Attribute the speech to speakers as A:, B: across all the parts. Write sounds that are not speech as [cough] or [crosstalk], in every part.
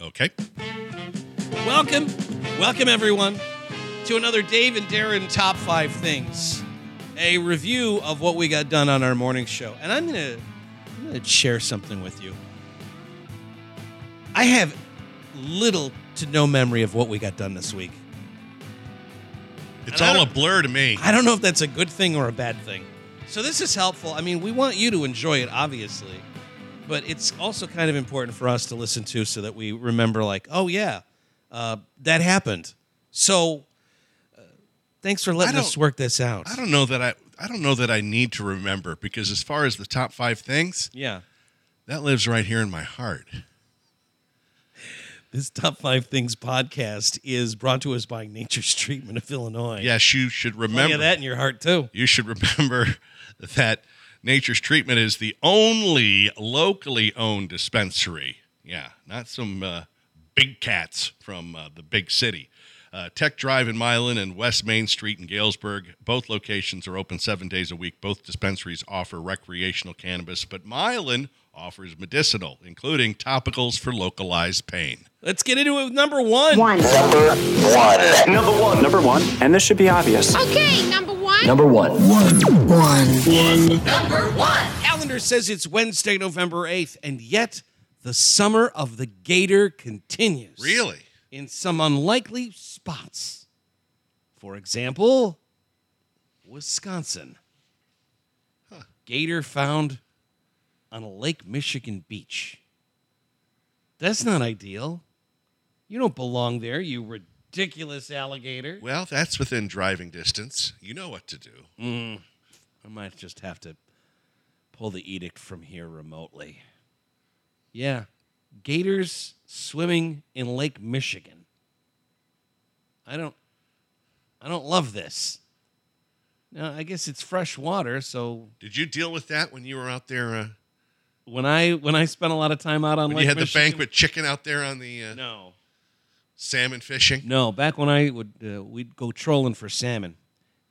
A: Okay.
B: Welcome, welcome everyone to another Dave and Darren Top 5 Things, a review of what we got done on our morning show. And I'm going to I'm going to share something with you. I have little to no memory of what we got done this week.
A: It's
B: And I
A: all a
B: don't-
A: blur to me.
B: I don't know if that's a good thing or a bad thing. So this is helpful. I mean, we want you to enjoy it, obviously, but it's also kind of important for us to listen to so that we remember, like, oh yeah, uh, that happened. So uh, thanks for letting
A: I
B: us
A: don't-
B: work this out.
A: I don't know that I I don't know that I need to remember because as far as the top 5 things,
B: Yeah,
A: that lives right here in my heart.
B: this top five things podcast is brought to us by Nature's Treatment of Illinois.
A: Yes, you should
B: Plenty
A: remember
B: of that in your heart too.
A: you should [laughs] remember that Nature's Treatment is the only locally owned dispensary. Yeah, not some uh, big cats from uh, the big city. Uh, Tech Drive in Milan and West Main Street in Galesburg. Both locations are open seven days a week. Both dispensaries offer recreational cannabis, but Milan offers medicinal, including topicals for localized pain.
B: Let's get into it with number one.
C: One.
D: Number one. Number one. And this should be obvious.
E: Okay, number one.
D: Number one.
B: calendar says it's Wednesday, November 8th, and yet the summer of the gator continues.
A: Really?
B: In some unlikely spots. For example, Wisconsin. Gator found on a Lake Michigan beach. That's not ideal. You don't belong there, you ridiculous alligator.
A: Well, that's within driving distance. You know what to do.
B: I might just have to pull the edict from here remotely. Yeah. Gators swimming in Lake Michigan. I don't I don't love this. Now, I guess it's fresh water, so
A: Did you deal with that when you were out there? Uh,
B: when I when I spent a lot of time out on
A: When
B: Lake
A: you had
B: Michigan,
A: the banquet chicken out there on the uh,
B: No.
A: salmon fishing.
B: No, back when I would uh, we'd go trolling for salmon,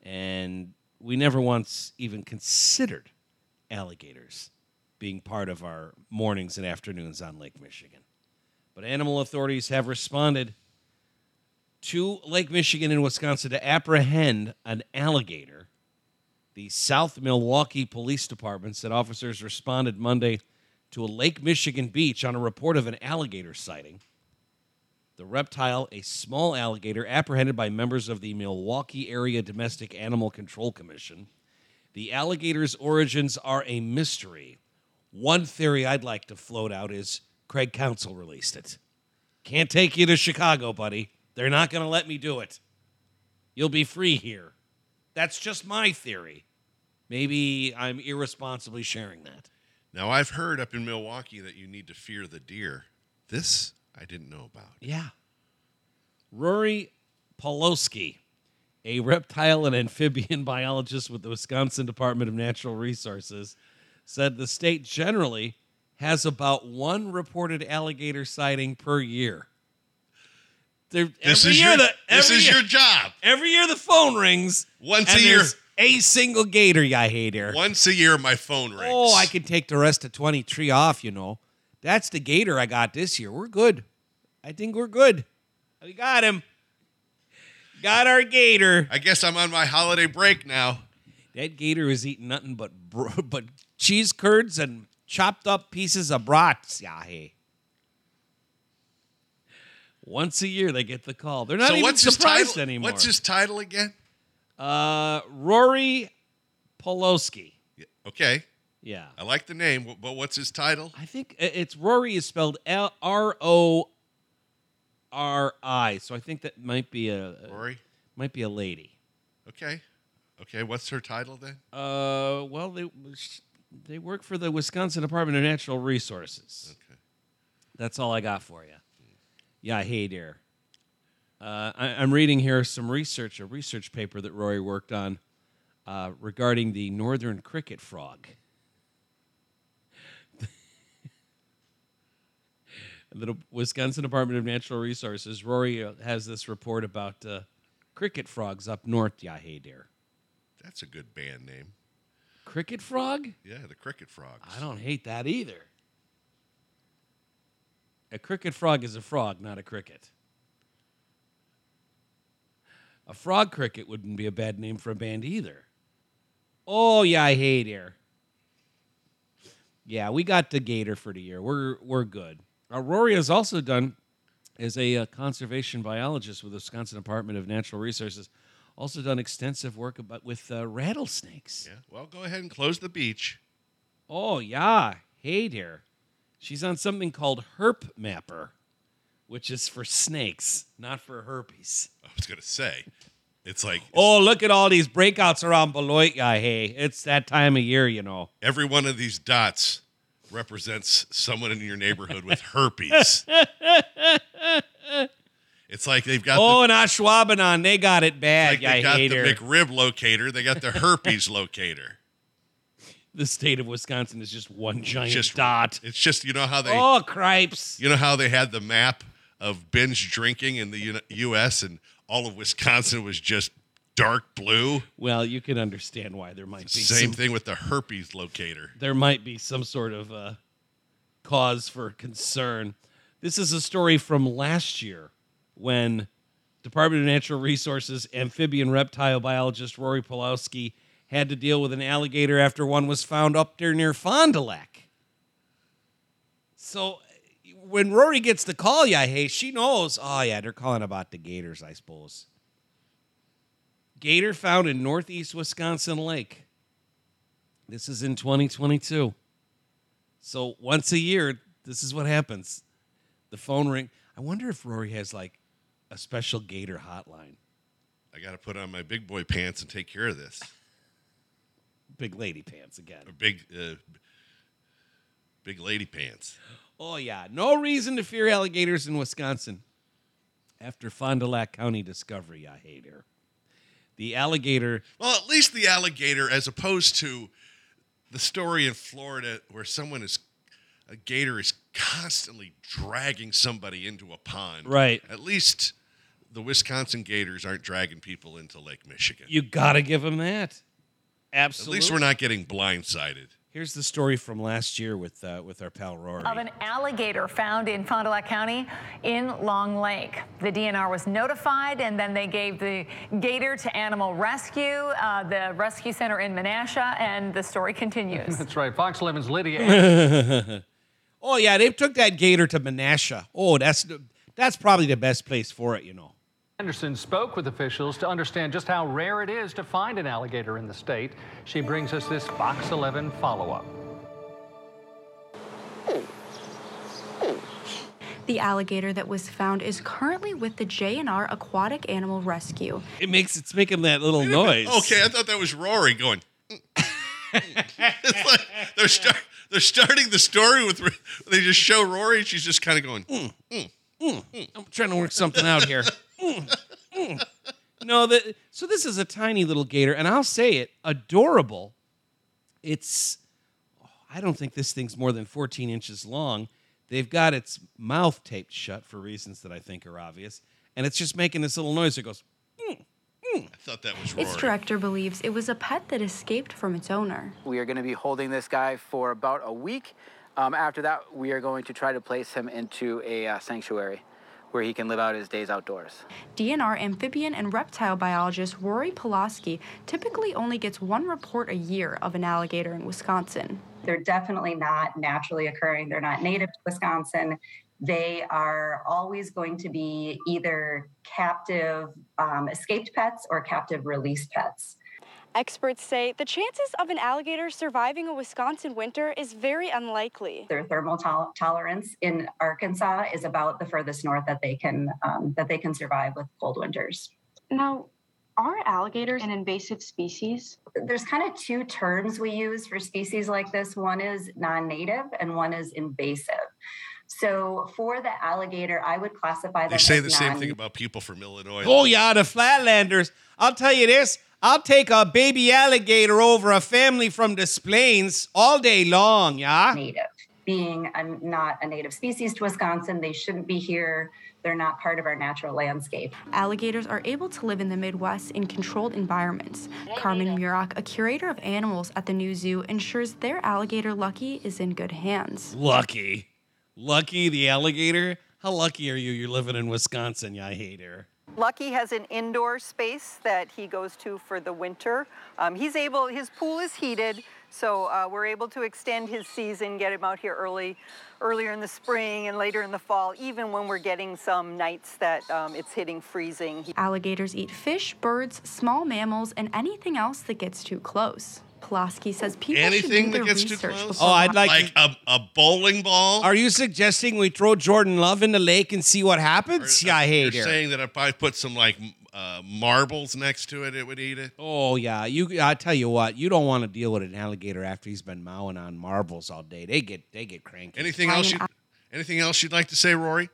B: and we never once even considered alligators being part of our mornings and afternoons on Lake Michigan. But animal authorities have responded to Lake Michigan and Wisconsin to apprehend an alligator. The South Milwaukee Police Department said officers responded Monday to a Lake Michigan beach on a report of an alligator sighting. The reptile, a small alligator apprehended by members of the Milwaukee Area Domestic Animal Control Commission. The alligator's origins are a mystery. One theory I'd like to float out is Craig Council released it. Can't take you to Chicago, buddy. They're not going to let me do it. You'll be free here. That's just my theory. Maybe I'm irresponsibly sharing that.
A: Now I've heard up in Milwaukee that you need to fear the deer. This I didn't know about.
B: Yeah. Rory Poloski, a reptile and amphibian [laughs] biologist with the Wisconsin Department of Natural Resources, said the state generally has about one reported alligator sighting per year. There,
A: This
B: every
A: is
B: year,
A: your
B: the, every
A: this is
B: year,
A: your job.
B: every year the phone rings.
A: Once
B: and
A: a year.
B: there's a single gator I hate here.
A: Once a year, my phone rings.
B: Oh, I could take the rest of 23 off, you know. That's the gator I got this year. We're good. I think we're good. We got him. Got our gator.
A: I guess I'm on my holiday break now.
B: That gator was eating nothing but bro- [laughs] but cheese curds and chopped up pieces of brats. Yeah, hey. Once a year they get the call. They're not
A: so
B: even
A: what's his
B: surprised
A: title?
B: anymore.
A: What's his title again?
B: uh, Rory Poloski.
A: Yeah, Okay,
B: Yeah.
A: I like the name, wh- but what's his title?
B: I think i- it's Rory is spelled L R O R I. So I think that might be a
A: Rory.
B: might be a lady.
A: Okay, okay. What's her title then?
B: Uh, well, they they work for the Wisconsin Department of Natural Resources.
A: Okay.
B: That's all I got for you. Yeah, hey dear. Uh, I, I'm reading here some research, a research paper that Rory worked on uh, regarding the northern cricket frog. [laughs] the De- Wisconsin Department of Natural Resources. Rory uh, has this report about uh, cricket frogs up north. Yeah, hey dear.
A: That's a good band name.
B: Cricket frog?
A: Yeah, the Cricket Frogs.
B: I don't hate that either. A cricket frog is a frog, not a cricket. A frog cricket wouldn't be a bad name for a band either. Oh yeah, I hate air. Yeah, we got the gator for the year. We're we're good. Uh, Rory has also done is a uh, conservation biologist with the Wisconsin Department of Natural Resources. Also done extensive work about with uh, rattlesnakes.
A: Yeah. Well, go ahead and close the beach.
B: Oh yeah, hey dear. She's on something called Herp Mapper, which is for snakes, not for herpes.
A: I was gonna say, it's like
B: Oh, look at all these breakouts around Beloit. Yeah, hey, it's that time of year,
A: [laughs]
B: you know.
A: every one of these dots represents someone in your neighborhood with herpes. it's like they've got
B: Oh, and Ashwabanon, they got it
A: the,
B: bad.
A: like
B: Yeah,
A: they got the
B: hater.
A: McRib locator, they got the herpes locator.
B: the state of Wisconsin is just one giant
A: Just-
B: dot.
A: It's just you know how they
B: Oh, cripes.
A: you know how they had the map of binge drinking in the U- U.S. and all of Wisconsin was just dark blue.
B: Well, you can understand why there might be
A: Same
B: some,
A: thing with the herpes locator.
B: there might be some sort of uh, cause for concern. This is a story from last year when Department of Natural Resources amphibian reptile biologist Rory Pulowski had to deal with an alligator after one was found up there near Fond du Lac. So when Rory gets the call, yeah, hey, she knows. Oh yeah, they're calling about the gators, I suppose. Gator found in northeast Wisconsin lake. This is in 2022. So once a year, this is what happens. The phone ring. I wonder if Rory has like a special gator hotline.
A: I got to put on my big boy pants and take care of this.
B: Big lady pants again.
A: Or big, uh, big lady pants.
B: Oh, yeah. No reason to fear alligators in Wisconsin. After Fond du Lac County discovery, I hate her. The alligator
A: Well, at least the alligator, as opposed to the story in Florida where someone is a gator is constantly dragging somebody into a pond.
B: Right.
A: At least the Wisconsin Gators aren't dragging people into Lake Michigan.
B: You gotta give him that.
A: at
B: Absolutely.
A: least we're not getting blindsided.
B: Here's the story from last year with uh, with our pal Rory.
C: of an alligator found in Fond du Lac County in Long Lake. The DNR was notified, and then they gave the gator to Animal Rescue, uh, the rescue center in Menasha, and the story continues.
E: That's right. Fox 11's Lydia. Anderson.
B: oh yeah, they took that gator to Menasha. Oh, that's the- that's probably the best place for it, you know.
E: Anderson spoke with officials to understand just how rare it is to find an alligator in the state. She brings us this Fox 11 follow up.
F: The alligator that was found is currently with the JNR Aquatic Animal Rescue.
B: It makes it's making that little noise.
A: Okay, I thought that was Rory going. "Mm, [laughs] mm." it's like they're start, they're starting the story with they just show Rory and she's just kind of going. "Mm."
B: I'm trying to work something out here. [laughs] Mm, mm. No, the, so this is a tiny little gator, and I'll say it, adorable. It's, oh, I don't think this thing's more than 14 inches long. They've got its mouth taped shut for reasons that I think are obvious, and it's just making this little noise. It goes,
A: I thought that was Rory.
F: Its director believes it was a pet that escaped from its owner.
G: We are going to be holding this guy for about a week. Um, after that, we are going to try to place him into a uh, sanctuary where he can live out his days outdoors.
F: DNR amphibian and reptile biologist Rory Pulaski typically only gets one report a year of an alligator in Wisconsin.
H: [laughs] They're definitely not naturally occurring. They're not native to Wisconsin. They are always going to be either captive um, escaped pets or captive release pets.
I: Experts say the chances of an alligator surviving a Wisconsin winter is very unlikely.
H: Their thermal tol- tolerance in Arkansas is about the furthest north that they can um, that they can survive with cold winters.
J: Now, are alligators an invasive species?
H: There's kind of two terms we use for species like this. One is non-native and one is invasive. So for the alligator, I would classify them.
A: They say
H: as
A: the same
H: non-
A: thing about people from Illinois.
B: Oh yeah, the Flatlanders. I'll tell you this. I'll take a baby alligator over a family from the Plains all day long, yeah.
H: native. Being a, not a native species to Wisconsin, they shouldn't be here. They're not part of our natural landscape.
F: Alligators are able to live in the Midwest in controlled environments. Carmen Murock, a curator of animals at the new zoo, ensures their alligator Lucky is in good hands.
B: Lucky. Lucky the alligator? How lucky are you? You're living in Wisconsin. Yeah, I hate her.
K: Lucky has an indoor space that he goes to for the winter. Um, he's able, his pool is heated, so uh, we're able to extend his season, get him out here early, earlier in the spring and later in the fall, even when we're getting some nights that um, it's hitting freezing. He-
F: Alligators eat fish, birds, small mammals, and anything else that gets too close. Pulaski says people
A: Anything
F: should
A: that
F: do their
A: gets too
F: research
A: close? Oh,
F: before
A: like a, a bowling ball.
B: Oh, Are you suggesting we throw Jordan Love in the lake and see what happens? yeah, I hate
A: uh, You're
B: her.
A: saying that if I put some like m- uh, marbles next to it, it would eat it.
B: Oh yeah, you. I tell you what, you don't want to deal with an alligator after he's been mowing on marbles all day. They get they get cranky.
A: Anything else? You, anything else you'd like to say, Rory?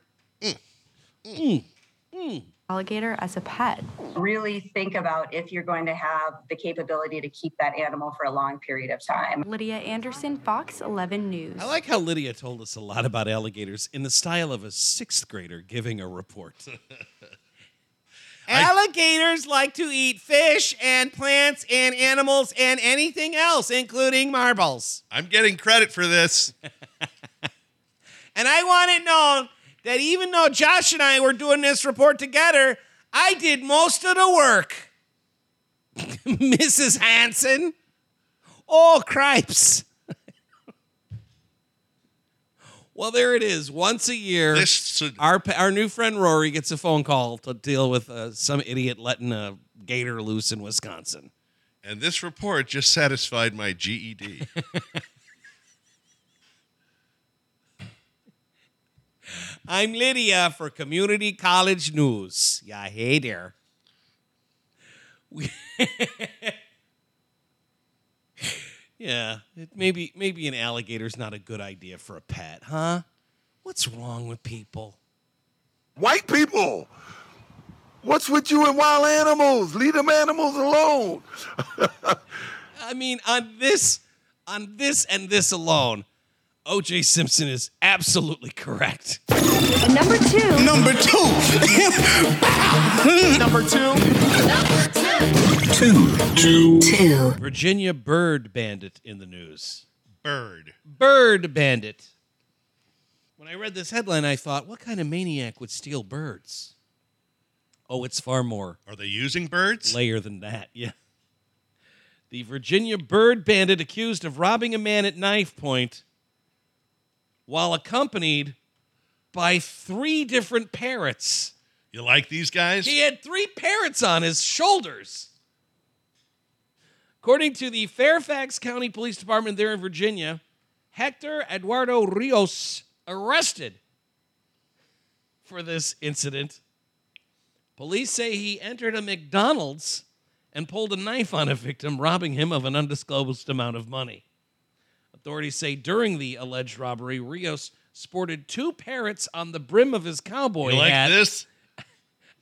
F: alligator as a pet.
H: Really think about if you're going to have the capability to keep that animal for a long period of time.
F: Lydia Anderson, Fox 11 News.
B: I like how Lydia told us a lot about alligators in the style of a sixth grader giving a report. [laughs] Alligators like to eat fish and plants and animals and anything else, including marbles.
A: I'm getting credit for
B: [laughs]
A: this.
B: And I want it known that even though Josh and I were doing this report together, I did most of the work. [laughs] Mrs. Hanson. Oh, cripes. [laughs] well, there it is. Once a year, our, pa- our new friend Rory gets a phone call to deal with uh, some idiot letting a gator loose in Wisconsin.
A: And this report just satisfied my E
B: [laughs]
A: GED.
B: I'm Lydia for Community College News. Yeah, hey there. We- [laughs] yeah, it maybe maybe an alligator's not a good idea for a pet, huh? What's wrong with people?
L: White people, what's with you and wild animals? Leave them animals alone. [laughs]
B: I mean, on this, on this, and this alone, O.J. Simpson is absolutely correct.
M: Number two. Number
N: [laughs]
M: two. Number two. Number two.
B: Two, two, two. Virginia Bird Bandit in the news.
A: Bird.
B: Bird Bandit. When I read this headline, I thought, what kind of maniac would steal birds? Oh, it's far more.
A: Are they using birds?
B: Layer than that, [laughs] yeah. The Virginia Bird Bandit accused of robbing a man at knife point while accompanied by three different parrots.
A: You like these guys?
B: He had three parrots on his shoulders. According to the Fairfax County Police Department there in Virginia, Hector Eduardo Rios arrested for this incident. Police say he entered a McDonald's and pulled a knife on a victim, robbing him of an undisclosed amount of money. Authorities say during the alleged robbery, Rios sported two parrots on the brim of his cowboy
A: You like
B: hat
A: this?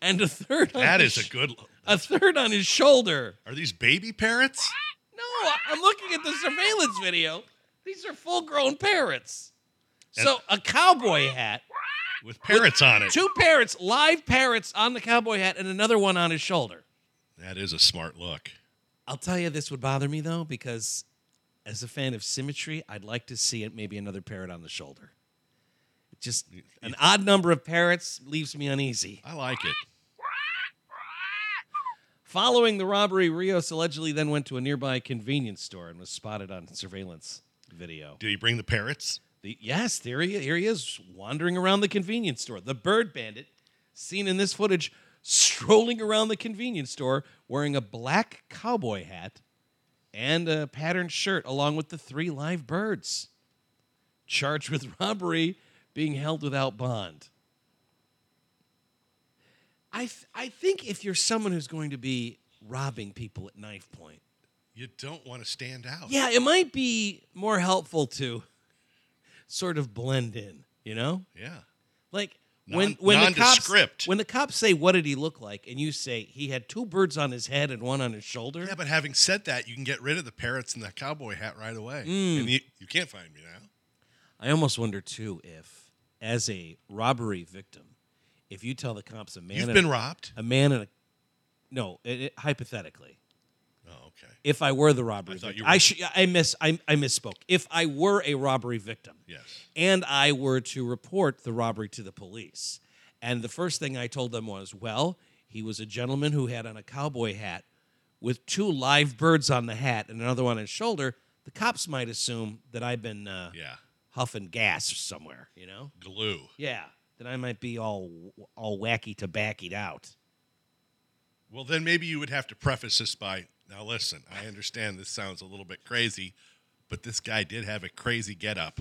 B: and a third. on
A: That
B: his
A: is a good. lo-
B: a third on his shoulder.
A: Are these baby parrots?
B: No, I'm looking at the surveillance video. These are full-grown parrots. So a cowboy hat
A: with parrots on it.
B: Two parrots, live parrots on the cowboy hat, and another one on his shoulder.
A: That is a smart look.
B: I'll tell you, this would bother me though, because as a fan of symmetry, I'd like to see it maybe another parrot on the shoulder. It just an odd number of parrots leaves me uneasy.
A: I like it.
B: Following the robbery, Rios allegedly then went to a nearby convenience store and was spotted on surveillance video.
A: Did he bring the parrots?
B: The, yes, there he, here he is wandering around the convenience store. The bird bandit, seen in this footage, strolling around the convenience store wearing a black cowboy hat and a patterned shirt, along with the three live birds. Charged with [laughs] robbery, being held without bond. I, th- I think if you're someone who's going to be robbing people at knife point,
A: You don't want to stand out.
B: yeah, it might be more helpful to sort of blend in, you know?
A: Yeah.
B: Like
A: Non-
B: when when the
A: nondescript.
B: cops when the cops say what did he look like and you say he had two birds on his head and one on his shoulder.
A: Yeah, but having said that, you can get rid of the parrots and the cowboy hat right away.
B: Mm.
A: And you, you can't find me now.
B: I almost wonder too if as a robbery victim, if you tell the cops a man
A: You've
B: and
A: been
B: a-
A: robbed?
B: a man and a no, it, it- hypothetically.
A: Oh, okay.
B: If I were the robbery,
A: thought
B: victim.
A: you were-
B: I sh- I miss I, I misspoke. If I were a robbery victim,
A: Yes.
B: and I were to report the robbery to the police, and the first thing I told them was, well, he was a gentleman who had on a cowboy hat with two live birds on the hat and another one on his shoulder. The cops might assume that I've been uh,
A: yeah
B: huffing gas somewhere, you know?
A: glue.
B: Yeah, that I might be all all wacky tobaccoed out.
A: Well, then maybe you would have to preface this by now listen, I understand this sounds a little bit crazy, but this guy did have a crazy getup.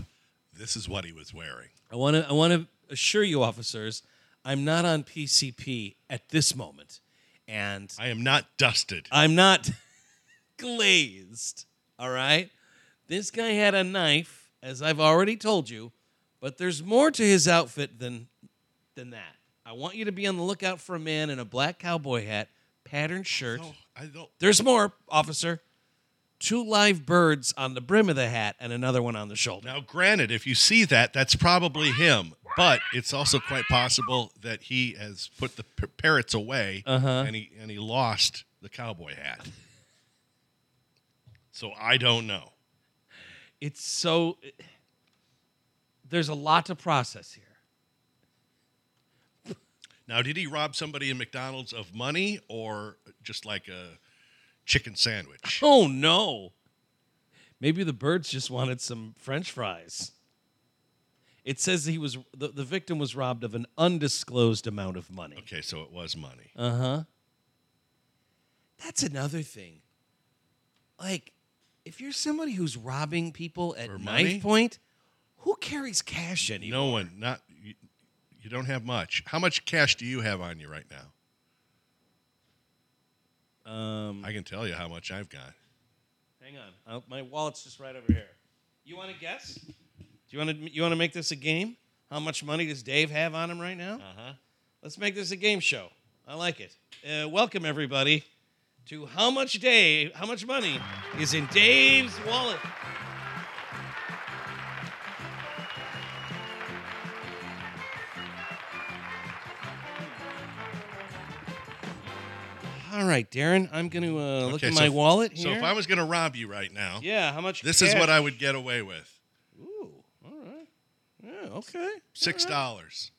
A: This is what he was wearing.
B: I want to I want to assure you, officers, I'm not on PCP at this moment, and
A: I am not dusted.
B: I'm not [laughs] glazed. All right, this guy had a knife, as I've already told you, but there's more to his outfit than than that. I want you to be on the lookout for a man in a black cowboy hat, patterned shirt.
A: No, I don't.
B: There's more, officer. Two live birds on the brim of the hat and another one on the shoulder.
A: Now, granted, if you see that, that's probably him, but it's also quite possible that he has put the p- parrots away
B: Uh-huh.
A: and he and he lost the cowboy hat. so I don't know.
B: it's so there's a lot to process here.
A: Now, did he rob somebody in McDonald's of money or just like a chicken sandwich?
B: Oh no. Maybe the birds just wanted some french fries. It says he was the, the victim was robbed of an undisclosed amount of money.
A: Okay, so it was money.
B: Uh-huh. That's another thing. Like if you're somebody who's robbing people at knife
A: money?
B: point, who carries cash anymore?
A: No one, not you, you don't have much. How much cash do you have on you right now?
B: Um,
A: I can tell you how much I've got.
B: Hang on, I'll- my wallet's just right over here. You want to guess? Do you want to you want to make this a game? How much money does Dave have on him right now? Uh
A: Uh-huh.
B: huh. Let's make this a game show. I like it. Uh, welcome everybody to how much Dave how much money is in Dave's wallet. All right, Darren, I'm going to uh, look
A: Okay,
B: at
A: so
B: my
A: if-
B: wallet
A: So
B: here.
A: if I was going to rob you right now,
B: yeah, Uh-huh. how much?
A: this is
B: cash-
A: what I would get away with
B: Ooh, all right. Yeah, Oh, okay.
A: six
B: All right.
A: dollars.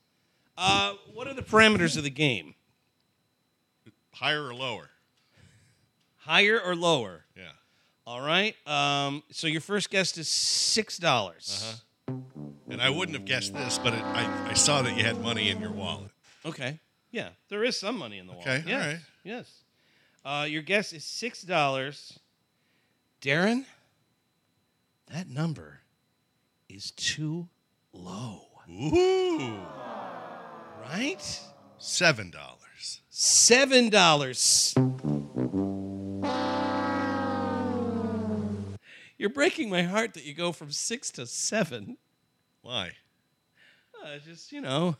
B: Uh, what are the parameters of the game?
A: Higher or lower?
B: Higher or lower?
A: Yeah.
B: All right. Um, so your first guest is six dollars.
A: Uh-huh. And I wouldn't have guessed this, but it, I, I saw that you had money in your wallet.
B: Okay. Yeah, there is some money in the wallet.
A: Okay, all
B: Yes.
A: right.
B: Yes. Uh, your guess is six dollars. Darren, that number is too low.
A: Ooh,
B: Right?
A: seven dollars.
B: Seven dollars. You're breaking my heart that you go from six to seven.
A: Why?
B: Uh, just you know,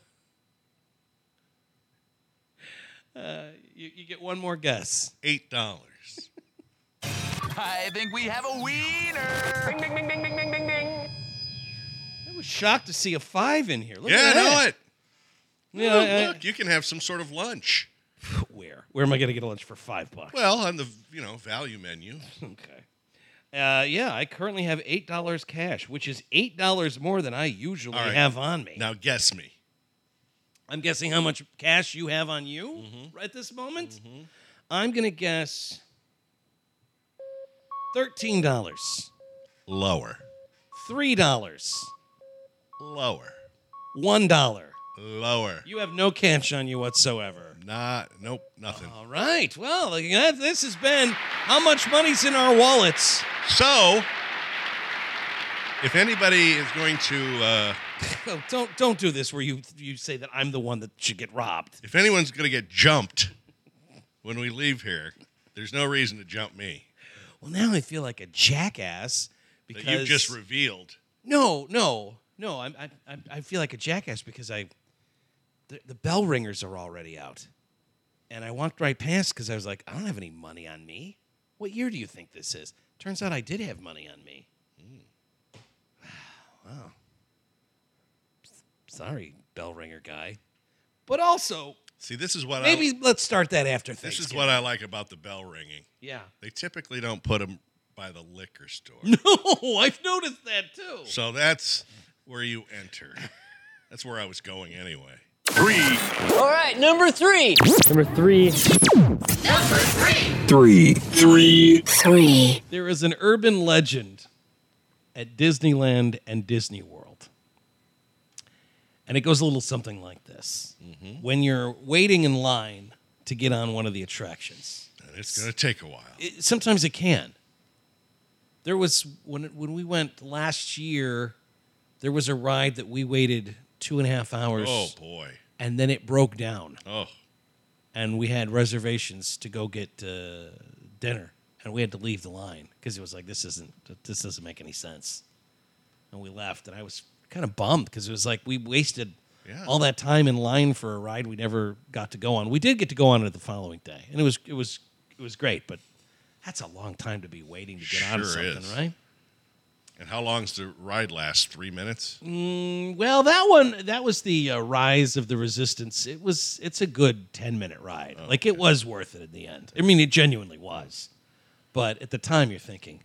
B: uh, you, you get one more guess.
A: Eight dollars.
M: I think we have a wiener. Bing, bing, bing, bing, bing, bing, bing, bing.
B: I was shocked to see a five in here. Look
A: yeah,
B: at
A: I
B: that.
A: know it.
B: Yeah, I-
A: look, you can have some sort of lunch.
B: Where? Where am I going to get a lunch for five bucks?
A: Well, on the you know value menu.
B: okay. Uh, yeah, I currently have eight dollars cash, which is eight dollars more than I usually
A: All right.
B: have on me.
A: Now guess me.
B: I'm guessing how much cash you have on you at this moment. I'm gonna guess thirteen dollars,
A: Lower.
B: three dollars,
A: Lower.
B: one dollar.
A: Lower.
B: You have no cash on you whatsoever.
A: Not. Nope. Nothing.
B: All right. Well, look at that. this has been how much money's in our wallets.
A: So, if anybody is going to, uh,
B: Oh, don't don't do this where you you say that I'm the one that should get robbed.
A: if anyone's going to get jumped when we leave here, there's no reason to jump me.
B: Well, now I feel like a jackass
A: That
B: because
A: you've just revealed.
B: No, no, no. I'm, I, I, I feel like a jackass because I, the, the bell ringers are already out, and I walked right past because I was like, I don't have any money on me. What year do you think this is? Turns out I did have money on me. Hmm. [sighs] Wow. S- Sorry, bell ringer guy. But also,
A: See, this is what
B: Maybe
A: I,
B: let's start that after
A: this
B: Thanksgiving.
A: is what I like about the bell ringing.
B: Yeah. [laughs]
A: They typically don't put them by the liquor store.
B: No, I've noticed that too.
A: So that's where you enter. That's where I was going anyway.
O: All right, number three.
P: Number three.
B: Three. Three. Three. There is an urban legend at Disneyland and Disney World. And it goes a little something like this When you're waiting in line to get on one of the attractions,
A: And it's going to take a while.
B: it- sometimes it can. There was when when we went last year, there was a ride that we waited two and a half hours.
A: Oh, boy.
B: And then it broke down.
A: Oh.
B: And we had reservations to go get uh, dinner, and we had to leave the line because it was like this isn't this doesn't make any sense. And we left, and I was kind of bummed because it was like we wasted
A: Yeah.
B: all that time in line for a ride we never got to go on. We did get to go on it the following day, and it was it was it was great, but that's a long time to be waiting to get on
A: Sure
B: something,
A: is.
B: right?
A: And how long's the ride last? Three minutes?
B: Mm, well, that one that was the uh, rise of the resistance. It was it's a good ten minute ride.
A: Oh,
B: Like it was worth it in the end. I mean, it genuinely was. But at the time, you're thinking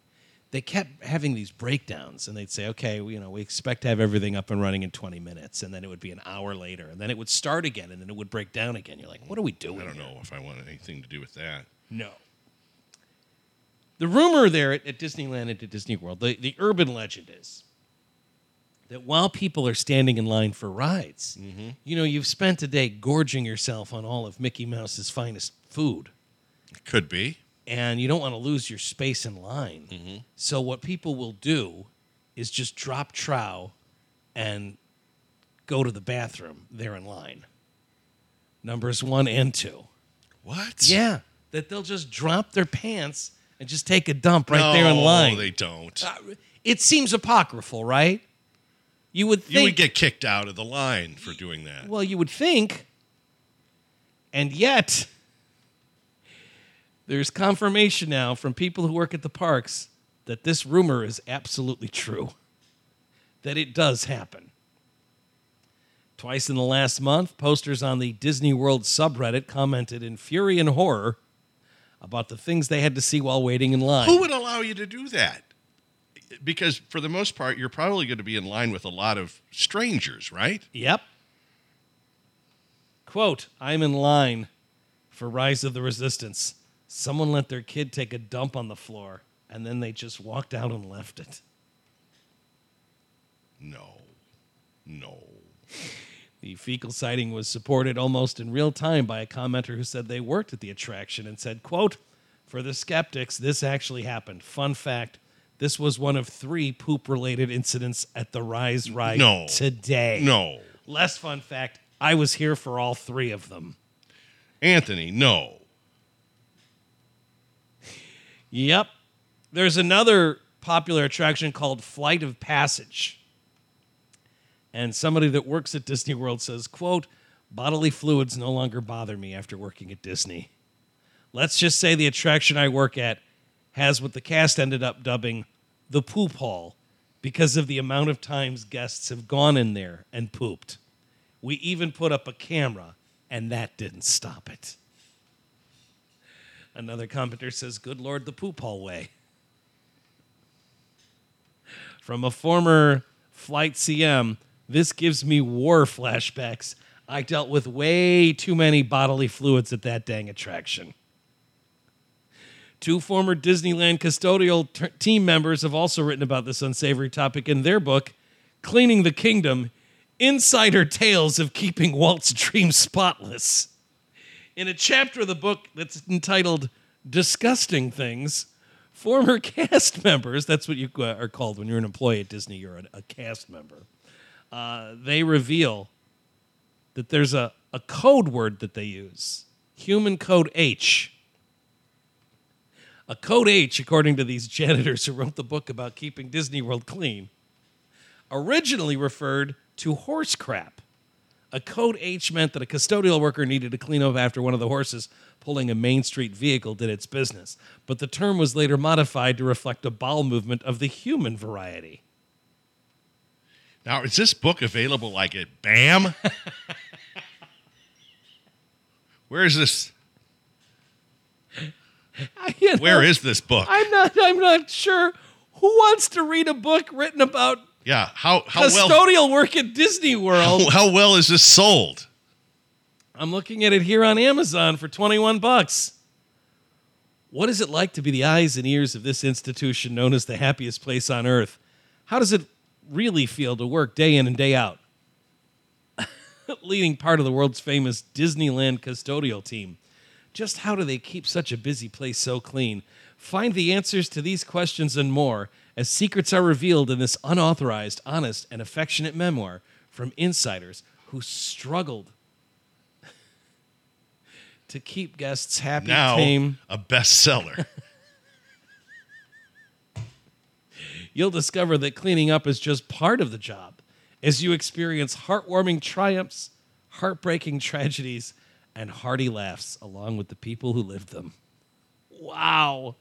B: they kept having these breakdowns, and they'd say, "Okay, we- you know, we expect to have everything up and running in 20 minutes," and then it would be an hour later, and then it would start again, and then it would break down again. You're like, "What are we doing?"
A: I don't know if I want anything to do with that.
B: No. The rumor there at, at Disneyland and at Disney World, the, the urban legend is that while people are standing in line for rides, you know, you've spent a day gorging yourself on all of Mickey Mouse's finest food.
A: Could be.
B: And you don't want to lose your space in line. So, what people will do is just drop trow and go to the bathroom there in line. Numbers one and two.
A: What?
B: Yeah, that they'll just drop their pants and just take a dump right there in
A: No,
B: line.
A: they don't.
B: it seems apocryphal, right? You would think.
A: you would get kicked out of the line for doing that.
B: well, you would think. And yet, there's confirmation now from people who work at the parks that this rumor is absolutely true. That it does happen. Twice in the last month, posters on the Disney World subreddit commented in fury and horror about the things they had to see while waiting in line.
A: Who would allow you to do that? Because for the most part, you're probably going to be in line with a lot of strangers, right?
B: Yep. Quote, I'm in line for Rise of the Resistance. Someone let their kid take a dump on the floor, and then they just walked out and left it.
A: No. No.
B: The fecal sighting was supported almost in real time by a commenter who said they worked at the attraction and said, quote, for the skeptics, this actually happened. Fun fact, this was one of three poop-related incidents at the Rise ride
A: No.
B: today.
A: No.
B: Less fun fact, I was here for all three of them.
A: Anthony, no.
B: Yep. There's another popular attraction called Flight of Passage. And somebody that works at Disney World says, quote, bodily fluids no longer bother me after working at Disney. Let's just say the attraction I work at has what the cast ended up dubbing the poop hall because of the amount of times guests have gone in there and pooped. We even put up a camera, and that didn't stop it. Another commenter says, Good Lord, the poop hallway. From a former flight CM, this gives me war flashbacks. I dealt with way too many bodily fluids at that dang attraction. Two former Disneyland custodial t- team members have also written about this unsavory topic in their book, Cleaning the Kingdom Insider Tales of Keeping Walt's Dream Spotless. In a chapter of the book that's entitled Disgusting Things, former [laughs] cast members, that's what you uh, are called when you're an employee at Disney, you're an- a cast member, uh, they reveal that there's a, a code word that they use, human code H. A code H, according to these [laughs] janitors who wrote the book about keeping Disney World clean, originally referred to horse crap. A code H meant that a custodial worker needed to clean up after one of the horses pulling a Main Street vehicle did its business, but the term was later modified to reflect a bowel movement of the human variety. [laughs]
A: Now, is this book available like at BAM? [laughs] Where is this? Where is this book?
B: I'm not. I'm not sure who wants to read a book written about
A: Yeah, how how well
B: custodial work at Disney World.
A: [laughs] how, how well is this sold?
B: I'm looking at it here on Amazon for 21 bucks. What is it like to be the eyes and ears of this institution known as the happiest place on earth? How does it really feel to work day in and day out? [laughs] Leading part of the world's famous Disneyland custodial team. Just how do they keep such a busy place so clean? Find the answers to these questions and more as secrets are revealed in this unauthorized, honest, and affectionate memoir from insiders who struggled [laughs] to keep guests happy,
A: now
B: tame.
A: a bestseller.
B: You'll discover that cleaning up is just part of the job as you experience heartwarming triumphs, heartbreaking tragedies, and hearty laughs along with the people who lived them. Wow.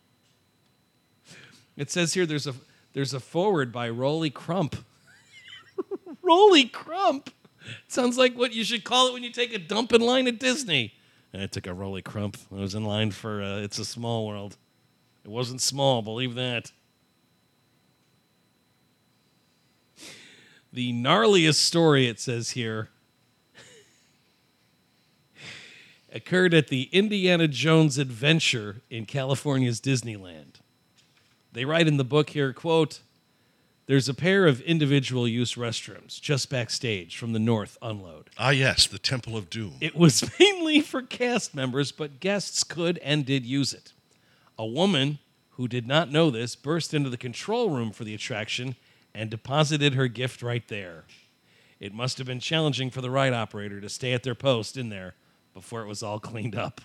B: It says here there's a there's a forward by Rolly Crump. [laughs] Rolly Crump. Sounds like what you should call it when you take a dump in line at Disney. And I took a Rolly Crump. I was in line for uh, It's a Small World. It wasn't small, believe that. The gnarliest story, it says here, [laughs] occurred at the Indiana Jones Adventure in California's Disneyland. They write in the book here, quote, there's a pair of individual use restrooms just backstage from the north unload.
A: ah, yes, the Temple of Doom.
B: It was [laughs] mainly for cast members, but guests could and did use it. A woman who did not know this burst into the control room for the attraction and deposited her gift right there. It must have been challenging for the ride operator to stay at their post in there before it was all cleaned up.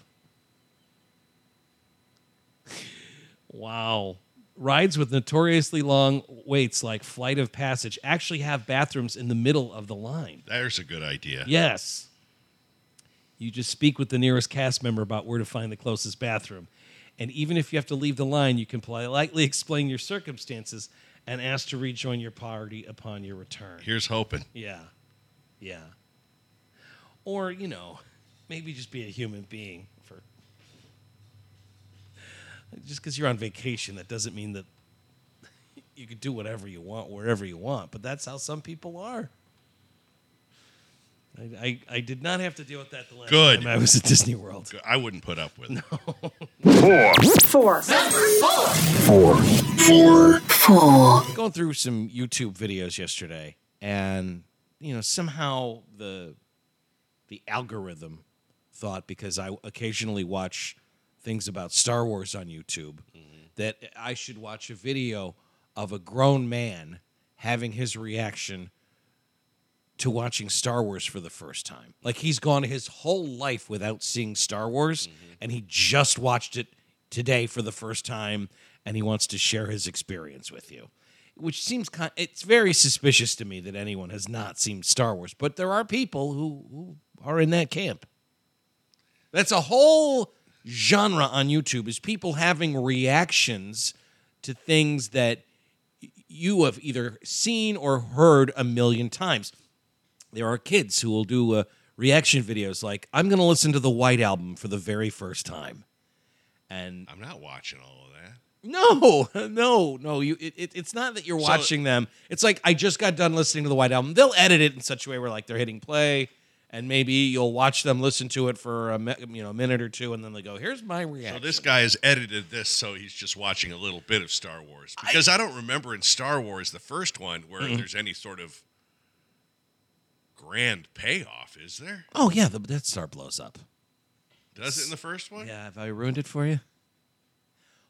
B: Wow. Rides with notoriously long waits, like Flight of Passage, actually have bathrooms in the middle of the line.
A: There's a good idea.
B: Yes. You just speak with the nearest cast member about where to find the closest bathroom. And even if you have to leave the line, you can politely [laughs] explain your circumstances and ask to rejoin your party upon your return.
A: Here's hoping.
B: Yeah. Yeah. Or, you know, maybe just be a human being for just because you're on vacation, that doesn't mean that you can do whatever you want, wherever you want. But that's how some people are. I, I, I did not have to deal with that the last
A: Good.
B: time I was at Disney World.
A: Good. I wouldn't put up with it.
P: Four.
B: Four. Four.
P: Four. Four.
B: [laughs] Going through some YouTube videos yesterday, and you know somehow the the algorithm thought because I occasionally watch things about Star Wars on YouTube that I should watch a video of a grown man having his reaction to watching Star Wars for the first time. Like he's gone his whole life without seeing Star Wars and he just watched it today for the first time and he wants to share his experience with you. Which seems kind it's very suspicious to me that anyone has not seen Star Wars, but there are people who, who are in that camp. That's a whole genre on YouTube is people having reactions to things that y- you have either seen or heard a million times. There are kids who will do uh, reaction videos like, I'm going to listen to the White Album for the very first time. And
A: I'm not watching all of that.
B: no, [laughs] no, no. You, it, it, it's not that you're
A: So-
B: watching them. It's like I just got done listening to the White Album. They'll edit it in such a way where like they're hitting play, and maybe you'll watch them listen to it for a mi- you know a minute or two, and then they go, "Here's my reaction."
A: So this guy has edited this, so he's just watching a little bit of Star Wars because I, Mm-hmm. don't remember in Star Wars the first one where
B: Mhm.
A: there's any sort of grand payoff, is there?
B: oh yeah, the, that star blows up.
A: Does it in the first one?
B: Yeah, have I ruined it for you?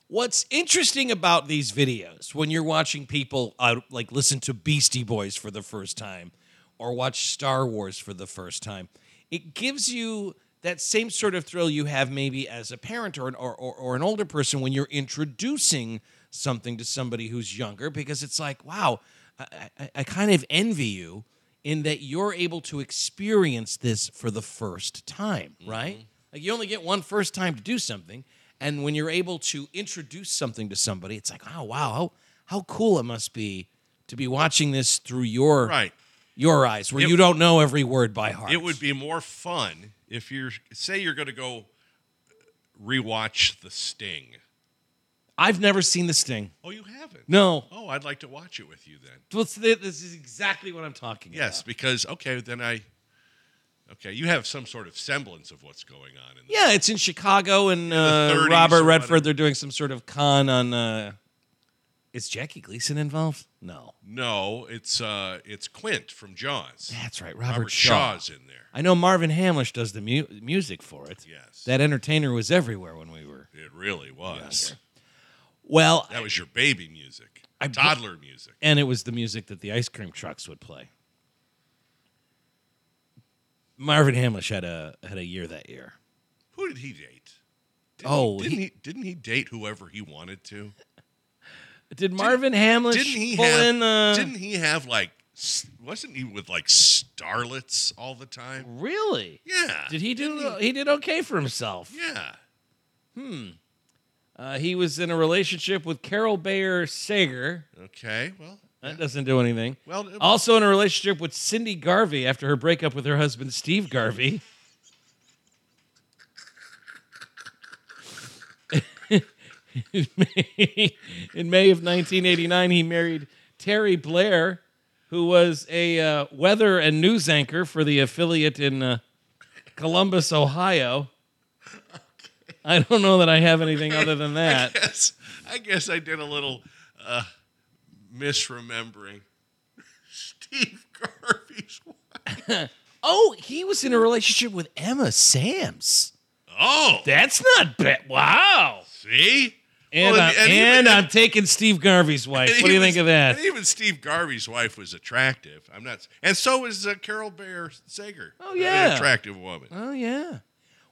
B: What's interesting about these videos when you're watching people uh, like listen to Beastie Boys for the first time or watch Star Wars for the first time, it gives you that same sort of thrill you have maybe as a parent or an, or, or, or an older person when you're introducing something to somebody who's younger because it's like, wow, I, I, I kind of envy you in that you're able to experience this for the first time, right? Like you only get one first time to do something, and when you're able to introduce something to somebody, it's like, oh wow, how, how cool it must be to be watching this through your
A: Right.
B: your eyes, where
A: It-
B: you don't know every word by heart.
A: It would be more fun if you're say you're going to go rewatch The Sting.
B: I've never seen The Sting.
A: Oh, you haven't?
B: No.
A: Oh, I'd like to watch it with you then.
B: Well, it's- This is exactly what I'm talking about.
A: Yes, because okay, then I. Okay, you have some sort of semblance of what's going on in
B: Yeah, it's in Chicago, and
A: the
B: uh,
A: 30s
B: Robert
A: or
B: Redford.
A: whatever.
B: They're doing some sort of con on. Uh, is Jackie Gleason involved? No,
A: No, it's uh, it's Quint from Jaws.
B: that's right. Robert,
A: Robert,
B: Shaw.
A: Shaw's in there.
B: I know Marvin Hamlish does the mu- music for it.
A: Yes.
B: that entertainer was everywhere when we were.
A: It really was.
B: Well,
A: That was your baby music,
B: I-
A: toddler music.
B: and it was the music that the ice cream trucks would play. Marvin Hamlish had a had a year that year.
A: Who did he date? Didn't
B: Oh,
A: he, didn't
B: he-
A: he, didn't he date whoever he wanted to?
B: Did Marvin Hamlish
A: didn't he
B: pull
A: have?
B: Uh, in? Uh,
A: didn't he have like? s- Wasn't he with like starlets all the time?
B: really?
A: Yeah.
B: Did he do? He, did okay for himself.
A: Yeah.
B: Hmm. Uh, he was in a relationship with Carol Bayer Sager.
A: Okay. Well.
B: That doesn't do anything.
A: Well. it-
B: Also in a relationship with Cindy Garvey after her breakup with her husband Steve Garvey. [laughs] in, May, in May of 1989, he married Terry Blair, who was a uh, weather and news anchor for the affiliate in uh, Columbus, Ohio. I don't know that I have anything other than that.
A: I guess, I guess I did a little uh, misremembering. Steve Garvey's wife.
B: [laughs] Oh, he was in a relationship with Emma Sams.
A: oh,
B: That's not bad. Wow.
A: see?
B: And,
A: Well,
B: I'm,
A: and even-
B: and I'm taking
A: [laughs]
B: Steve Garvey's wife.
A: and
B: What do you
A: even-
B: think of that?
A: And even Steve Garvey's wife was attractive. I'm not, and so is uh, Carol Bayer Sager.
B: Oh, yeah.
A: an attractive woman.
B: Oh yeah.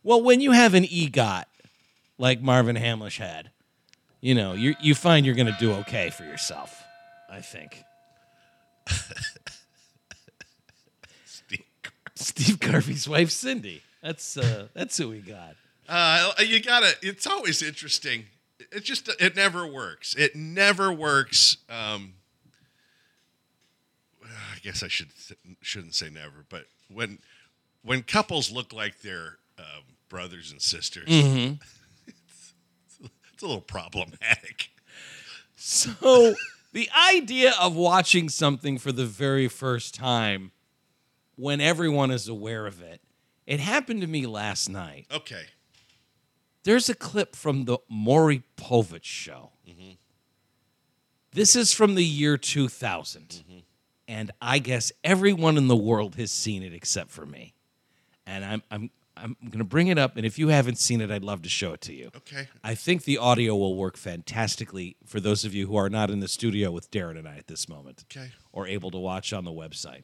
B: Well, when you have an EGOT like Marvin Hamlish had, you know, you you find you're going to do okay for yourself. I think. [laughs]
A: Steve
B: Steve Garvey's wife, Cindy. That's uh, that's who we got.
A: Uh, you gotta. It's always interesting. It just it never works. It never works. Um, I guess I should shouldn't say never, but when when couples look like they're um, brothers and sisters,
B: Mhm.
A: it's, it's a little problematic.
B: So the idea of watching something for the very first time when everyone is aware of it. It happened to me last night.
A: Okay.
B: There's a clip from the Maury Povich show. This is from the year 2000. And I guess everyone in the world has seen it except for me. And I'm, I'm, I'm going to bring it up. And if you haven't seen it, I'd love to show it to you.
A: Okay.
B: I think the audio will work fantastically for those of you who are not in the studio with Darren and I at this moment
A: Okay.
B: or able to watch on the website.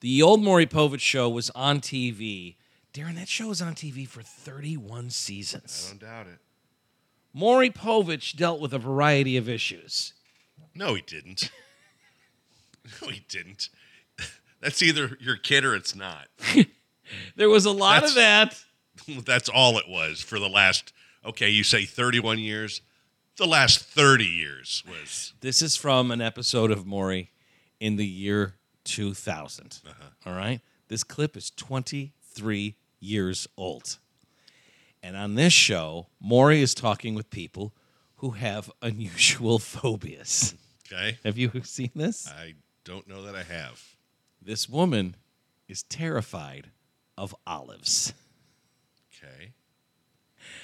B: The old Maury Povich show was on TV. Darren, that show was on TV for 31
A: I
B: seasons.
A: don't doubt it.
B: Maury Povich dealt with a variety of issues.
A: No, he didn't. [laughs] No, he didn't. That's either your kid or it's not.
B: There was a lot of that.
A: [laughs] That's all it was for the last, okay, you say 31 years. The last 30 years was.
B: This is from an episode of Maury in the year 2000. All right? This clip is 23 years old. And on this show, Maury is talking with people who have [laughs] unusual phobias.
A: Okay.
B: Have you seen this?
A: I don't know that I have.
B: This woman is terrified of olives.
A: Okay.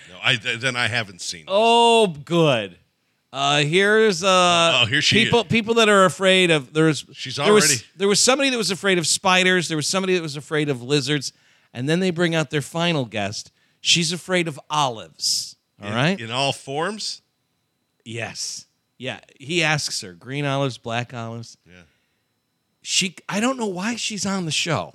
A: No, I th- then I haven't seen. it.
B: Oh, good. Uh, here's uh,
A: Oh, here she
B: people
A: is.
B: people that are afraid of there's
A: She's
B: there was,
A: already-
B: there was somebody that was afraid of spiders. There was somebody that was afraid of lizards, and then they bring out their final guest. She's afraid of olives. All
A: in,
B: right.
A: In all forms?
B: Yes. Yeah. He asks her green olives, black olives.
A: Yeah.
B: she I don't know why she's on the show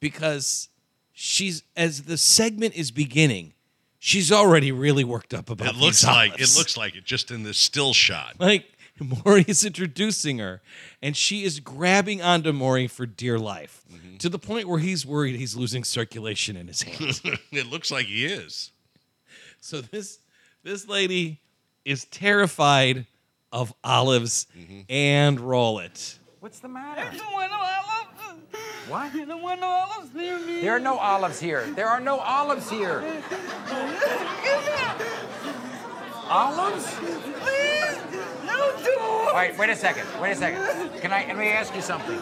B: because she's as the segment is beginning, she's already really worked up about
A: It looks
B: these
A: like
B: olives.
A: it looks like it just in this still shot. [laughs]
B: like [laughs] Maury is introducing her and she is grabbing onto Maury for dear life to the point where he's worried he's losing circulation in his hands.
A: it looks like he is.
B: [laughs] so this this lady is terrified of olives and roll it. [laughs]
N: What's the matter?
Q: don't want no olives.
N: What?
Q: I don't want no olives near me.
N: There are no olives here. There are no olives here. Olives?
Q: Please, no
N: All
Q: door.
N: right, wait a second. Wait a second. Can I? Let me ask you something.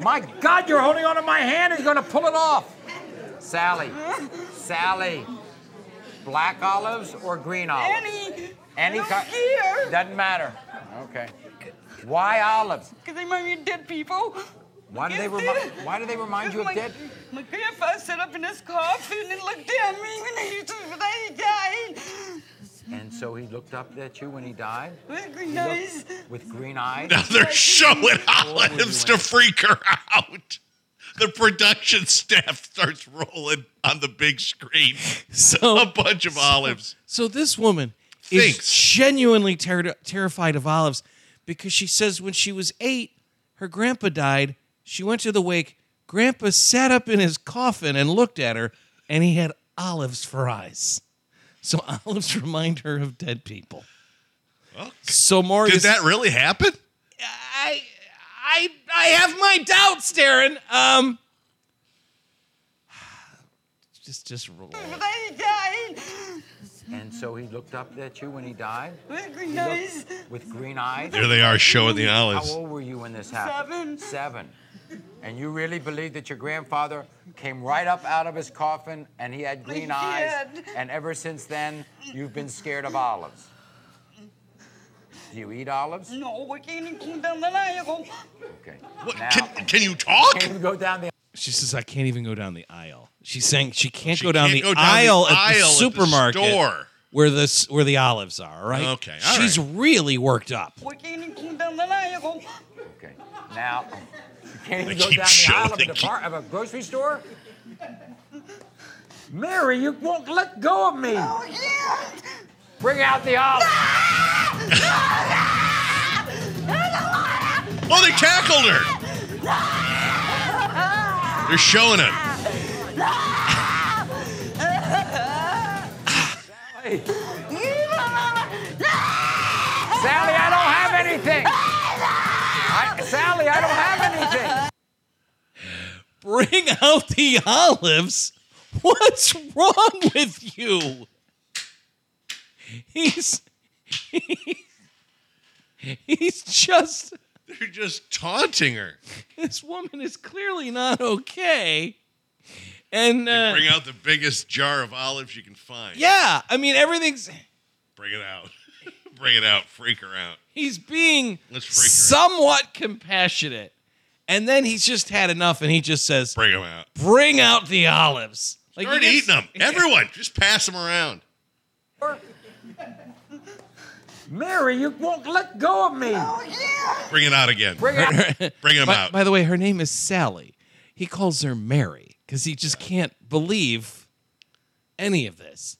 N: My God, you're holding onto my hand. You're going to pull it off. Sally, Sally, black olives or green olives?
Q: Any.
N: Any
Q: I don't
N: kind.
Q: care.
N: Doesn't matter. Okay. Why olives?
Q: Because they remind me of dead people.
N: Why do they
Q: Yes,
N: remind? Why do they remind you of
Q: my,
N: dead?
Q: My grandpa sat up in his coffin and looked at me when he, when he died.
N: And so he looked up at you when he died.
Q: With
N: He
Q: green
N: looked
Q: eyes.
N: With green eyes.
A: Now they're showing olives to freak her out. The production staff starts rolling on the big
B: [laughs]
A: screen.
B: So
A: a bunch of olives.
B: So this woman is
A: Thinks.
B: genuinely ter- terrified of olives because she says when she was eight, her grandpa died. She went to the wake. Grandpa sat up in his coffin and looked at her, and he had olives for eyes. So [laughs] olives remind her of dead people. so more
A: Did that really happen?
B: I I I have my doubts, Darren. Um [sighs] just just roll.
Q: When he died.
N: And so he looked up at you when he died.
Q: With
N: He
Q: green
N: looked
Q: eyes.
N: With green eyes.
A: There they are showing the olives.
N: How old were you when this happened? Seven. And you really believe that your grandfather came right up out of his coffin and he had
Q: [laughs]
N: green eyes,
Q: did.
N: and ever since then you've been scared of olives. Do you eat olives?
Q: No, I can't even come down the aisle.
N: Okay.
A: can, can you talk?
N: Can you go down the
B: She says I can't even go down the aisle. She's saying she can't
A: She
B: go down,
A: can't
B: the,
A: go down the
B: aisle at the
A: aisle at the
B: supermarket
A: store.
B: where the s- where the olives are, right?
A: Okay, all
B: She's really worked up.
Q: I can't even come down the aisle.
N: Okay. Now you can't
Q: They
N: even go
Q: keep
N: down the
Q: showing-
N: aisle of a,
Q: they keep-
N: depart- of a grocery store? Mary, you won't let go of me.
Q: Oh, yeah.
N: Bring out the olives.
A: Oh, they tackled her. They're showing it.
N: Sally, I don't have anything. I, Sally, I don't have anything.
B: Bring out the olives. What's wrong with you? He's he's just
A: They're just taunting her.
B: this woman is clearly not okay. And uh,
A: Bring out the biggest jar of olives you can find.
B: yeah, I mean everything's
A: Bring it out. [laughs] Bring it out. Freak her out.
B: he's being
A: Let's freak her out.
B: somewhat compassionate. And then he's just had enough and he just says,
A: Bring them out.
B: Bring out the olives. Like,
A: Start
B: you
A: eating
B: [laughs]
A: them.
B: just-
A: Everyone, just pass them around.
N: Mary, you won't let go of me.
A: Bring it out again. Bring
B: it
A: Bring them
B: by,
A: out.
B: by the way, her name is Sally. He calls her Mary because he just can't believe any of this.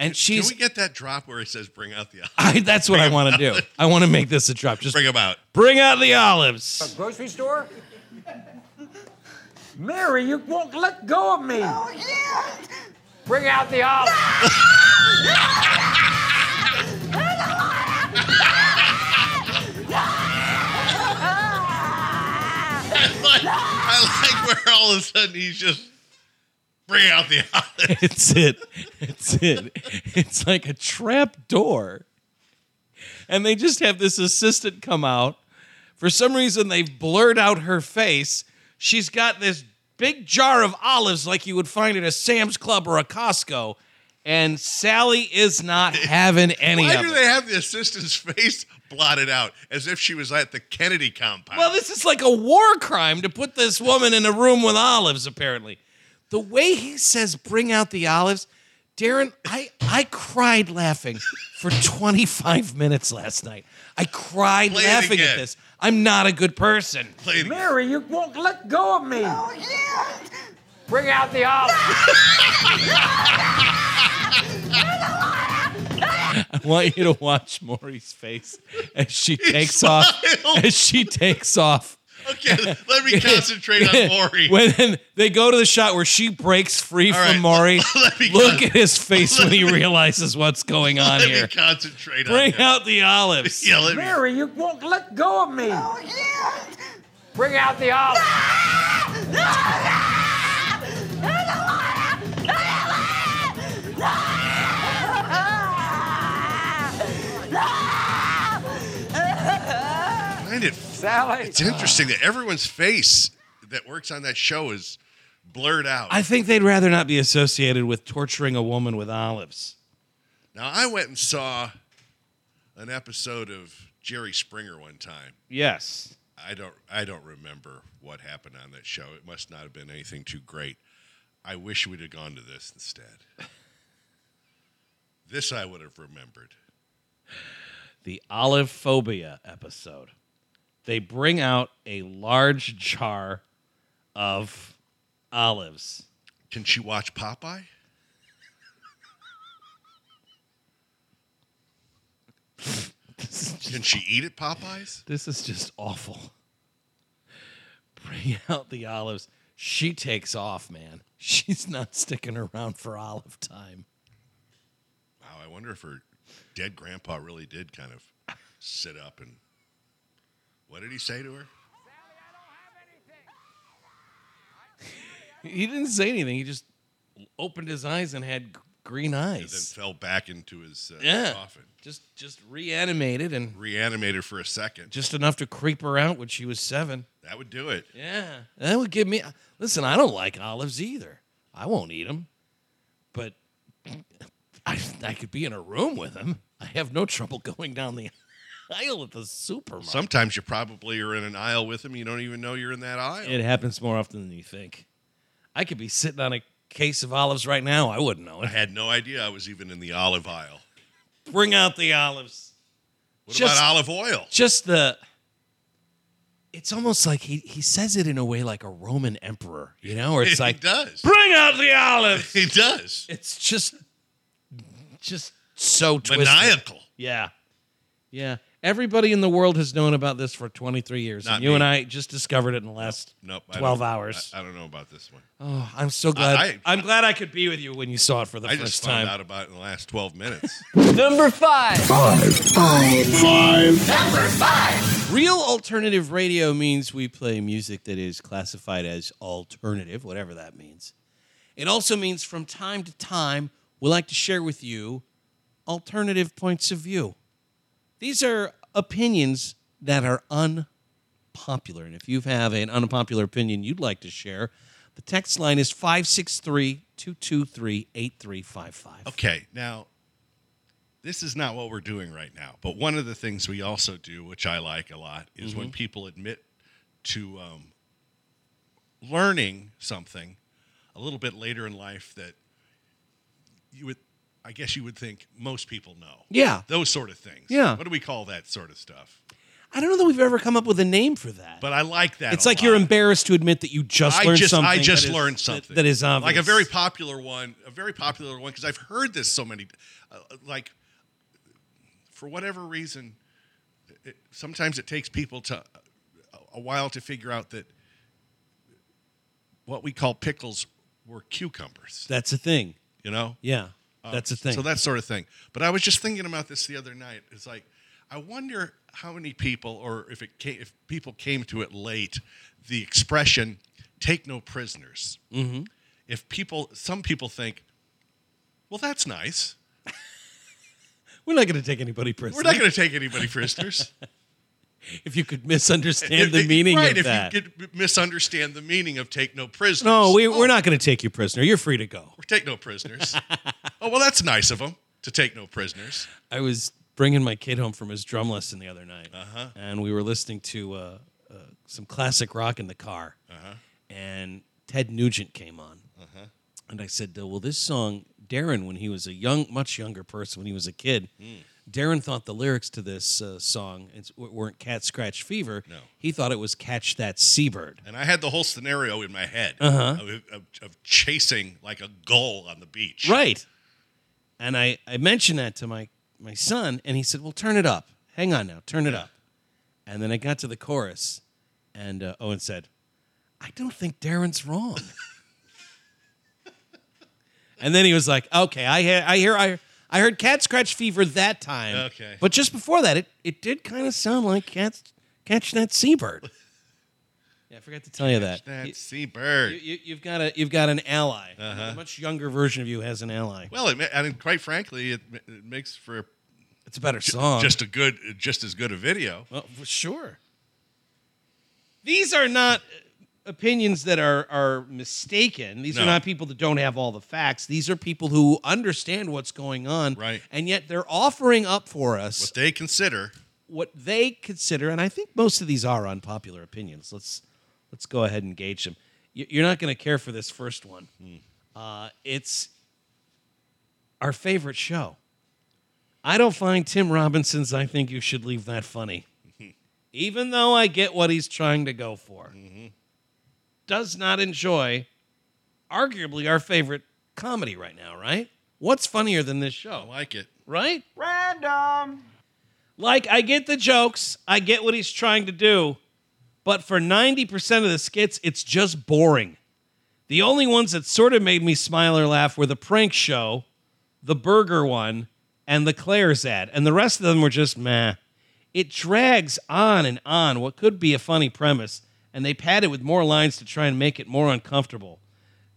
B: And she's
A: Can we get that drop where it says "Bring out the olives"?
B: [laughs] I, that's what I want to do. I want to make this a drop. Just
A: Bring them out.
B: bring out the olives.
N: A grocery store? Mary, you won't let go of me. Bring out the olives.
A: I like, I like where all of a sudden he's just bring out the olives.
B: [laughs] It's it. It's it. It's like a trap door. And they just have this assistant come out. For some reason, they've blurred out her face. She's got this big jar of olives like you would find at a Sam's Club or a Costco. And Sally
A: [laughs]
B: is not having any
A: Why
B: of
A: do
B: it.
A: they have the assistant's face blotted out as if she was at the Kennedy compound?
B: Well, this is like a war crime to put this woman in a room with olives, apparently. The way he says, bring out the olives, Darren, I, I cried laughing for 25 minutes last night. I cried
A: Play it
B: laughing at
A: again.
B: this. I'm not a good person.
A: Play it again.
N: Mary, you won't let go of me. Bring out the olives.
B: I want you to watch Maury's face as she takes off
A: smiles.
B: as she takes off
A: Okay, let
B: [laughs]
A: me concentrate on Maury.
B: when they go to the shot where she breaks free
A: All
B: from
A: right, [laughs]
B: Maury,
A: let me
B: look
A: con-
B: at his
A: [laughs]
B: face when he
A: let me-
B: realizes what's going on
A: Let
B: here.
A: me concentrate
B: Bring
A: on
B: out the olives.
A: [laughs] Yeah, let me-
N: Mary, you won't let go of me. Oh, yeah. Bring out the olive.
A: I find it.
N: Sally.
A: It's interesting that everyone's face that works on that show is blurred out.
B: I think they'd rather not be associated with torturing a woman with olives.
A: Now I went and saw an episode of Jerry Springer one time.
B: Yes.
A: I don't I don't remember what happened on that show. It must not have been anything too great. I wish we'd have gone to this instead. this I would have remembered.
B: the olive phobia episode. They bring out a large jar of olives.
A: Can she watch Popeye? Can she eat at Popeyes?
B: This is just awful. [laughs] Bring out the olives. She takes off, man. She's not sticking around for olive time.
A: Wow, I wonder if her dead grandpa really did kind of sit up and what did he say to her?
B: He didn't say anything. He just opened his eyes and had g- green
A: And then
B: eyes.
A: fell back into his uh,
B: Yeah.
A: coffin.
B: Just just reanimated and
A: Reanimated for a second.
B: just enough to creep her out when she was seven.
A: That would do it.
B: Yeah, that would give me. Listen, I don't like olives either. I won't eat them, but I I could be in a room with them. I have no trouble going down the aisle at the supermarket.
A: Sometimes you probably are in an aisle with him. You don't even know you're in that aisle.
B: it happens more often than you think. I could be sitting on a case of olives right now. I wouldn't know
A: I
B: it.
A: had no idea I was even in the olive aisle.
B: Bring out the olives.
A: What
B: Just-
A: about olive oil? [laughs]
B: Just the. It's almost like he he says it in a way like a Roman emperor, you know, or it's
A: he
B: like
A: does.
B: bring out the olives.
A: He does.
B: It's just, just so twisted.
A: Maniacal.
B: Yeah. Yeah. Everybody in the world has known about this for 23 years.
A: Not
B: and you
A: me.
B: and I just discovered it in the last
A: Nope. I
B: 12
A: don't-
B: hours.
A: I, I don't know about this one.
B: oh, I'm so glad.
A: I-
B: I, am glad I could be with you when you saw it for the
A: I
B: first
A: just found
B: time.
A: out about it in the last 12 minutes.
O: Number five.
P: Five. Five. Five.
B: Real alternative radio means we play music that is classified as alternative, whatever that means. It also means from time to time, we like to share with you alternative points of view. These are opinions that are unpopular. And if you have an unpopular opinion you'd like to share, the text line is 563 223 8355.
A: okay, now this is not what we're doing right now. But one of the things we also do, which I like a lot, is
B: Mm-hmm.
A: when people admit to um, learning something a little bit later in life that you would, I guess, you would think most people know.
B: Yeah.
A: Those sort of things.
B: Yeah.
A: What do we call that sort of stuff?
B: I don't know that we've ever come up with a name for that.
A: But I like that.
B: it's
A: a
B: like you're
A: lot.
B: embarrassed to admit that you just
A: I
B: learned
A: just,
B: something.
A: I just
B: that is-
A: learned
B: that-
A: something
B: that is obvious.
A: Like a very popular one, a very popular one, because I've heard this so many. Uh, like, for whatever reason, it, sometimes it takes people to a while to figure out that what we call pickles were cucumbers.
B: That's a thing.
A: You know,
B: Yeah,
A: um,
B: that's a thing.
A: So that sort of thing. But I was just thinking about this the other night. It's like I wonder how many people, or if it came, if people came to it late, the expression "take no prisoners."
B: Mm-hmm.
A: If people, some people think, well, that's nice.
B: We're not going to take anybody prisoner.
A: We're not going to take anybody
B: [laughs]
A: prisoners.
B: if you could
A: [laughs]
B: misunderstand
A: If
B: the
A: they-
B: meaning
A: right,
B: of
A: if
B: that.
A: you could misunderstand the meaning of "take no prisoners."
B: no, we,
A: Oh,
B: we're not going to take you prisoner. You're free to go.
A: we're take no
B: [laughs]
A: prisoners. oh well, that's nice of them to take no prisoners.
B: I was bringing my kid home from his drum lesson the other night,
A: Uh-huh.
B: and we were listening to uh, uh, some classic rock in the car,
A: Uh-huh.
B: and Ted Nugent came on,
A: Uh-huh.
B: and I said, uh, "Well, this song, Darren, when he was a young, much younger person, when he was a kid."
A: Hmm.
B: Darren thought the lyrics to this uh, song it's- w- weren't "Cat Scratch Fever."
A: No.
B: he thought it was "Catch That Seabird."
A: And I had the whole scenario in my head
B: Uh-huh.
A: of, of, of chasing like a gull on the beach.
B: Right. And I, I mentioned that to my, my son, and he said, Well, turn it up. Hang on now, turn it up. And then I got to the chorus, And uh, Owen said, I don't think Darren's wrong. [laughs] and then he was like, okay, I, hear, I hear, I, I heard cat scratch fever that time.
A: Okay.
B: But just before that, it, it did kind of sound like cats catch
A: [laughs]
B: that seabird. Yeah, I forgot to tell you that.
A: That seabird.
B: You, you, you've got a, you've got an ally.
A: Uh-huh.
B: A much younger version of you has an ally.
A: Well, it, ma- I mean, quite frankly, it, ma- it makes for
B: it's a better
A: ju-
B: song.
A: Just a good, just as good a video.
B: Well, for sure. These are not uh, opinions that are are mistaken. These
A: No.
B: are not people that don't have all the facts. These are people who understand what's going on.
A: Right.
B: And yet they're offering up for us
A: What they consider.
B: what they consider, and I think most of these are unpopular opinions. Let's let's go ahead and gauge them. You- You're not going to care for this first one. Uh, it's our favorite show. I don't find Tim Robinson's "I Think You Should Leave That" funny, even though I get what he's trying to go for. Does not enjoy, arguably our favorite comedy right now. Right? What's funnier than this show? I
A: like it.
B: Right?
Q: Random.
B: Like, I get the jokes, I get what he's trying to do, but for 90% of the skits, it's just boring. The only ones that sort of made me smile or laugh were the prank show, the burger one, and the Claire's ad, and the rest of them were just meh. It drags on and on what could be a funny premise, and they pad it with more lines to try and make it more uncomfortable.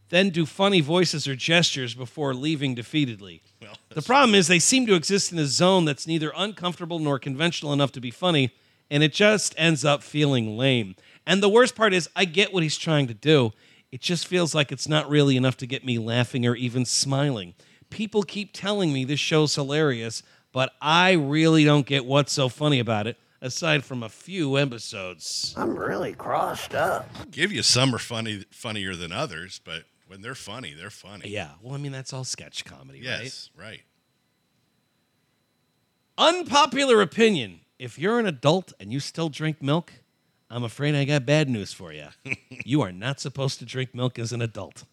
B: Then do funny voices or gestures before leaving defeatedly.
A: Well,
B: The problem is they seem to exist in a zone that's neither uncomfortable nor conventional enough to be funny, and it just ends up feeling lame. And the worst part is, I get what he's trying to do. It just feels like it's not really enough to get me laughing or even smiling. People keep telling me this show's hilarious, but I really don't get what's so funny about it, aside from a few episodes.
A: I'm
O: really crossed up.
A: give you some are funny, funnier than others, but when they're funny, they're funny.
B: Yeah, well, I mean, that's all sketch comedy, right?
A: Yes, right.
B: Unpopular opinion. If you're an adult and you still drink milk, I'm afraid I got bad news for you. you are not supposed to drink milk as an adult.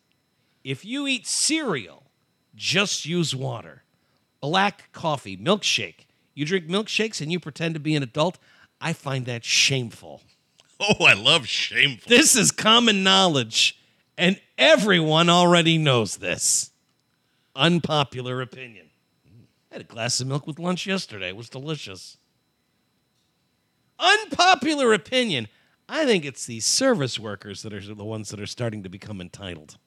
B: If you eat cereal, just use water. Black coffee, milkshake. You drink milkshakes and you pretend to be an adult. I find that shameful.
A: Oh, I love shameful.
B: This is common knowledge, and everyone already knows this. Unpopular opinion. I had a glass of milk with lunch yesterday. It was delicious. Unpopular opinion. I think it's the service workers that are the ones that are starting to become entitled.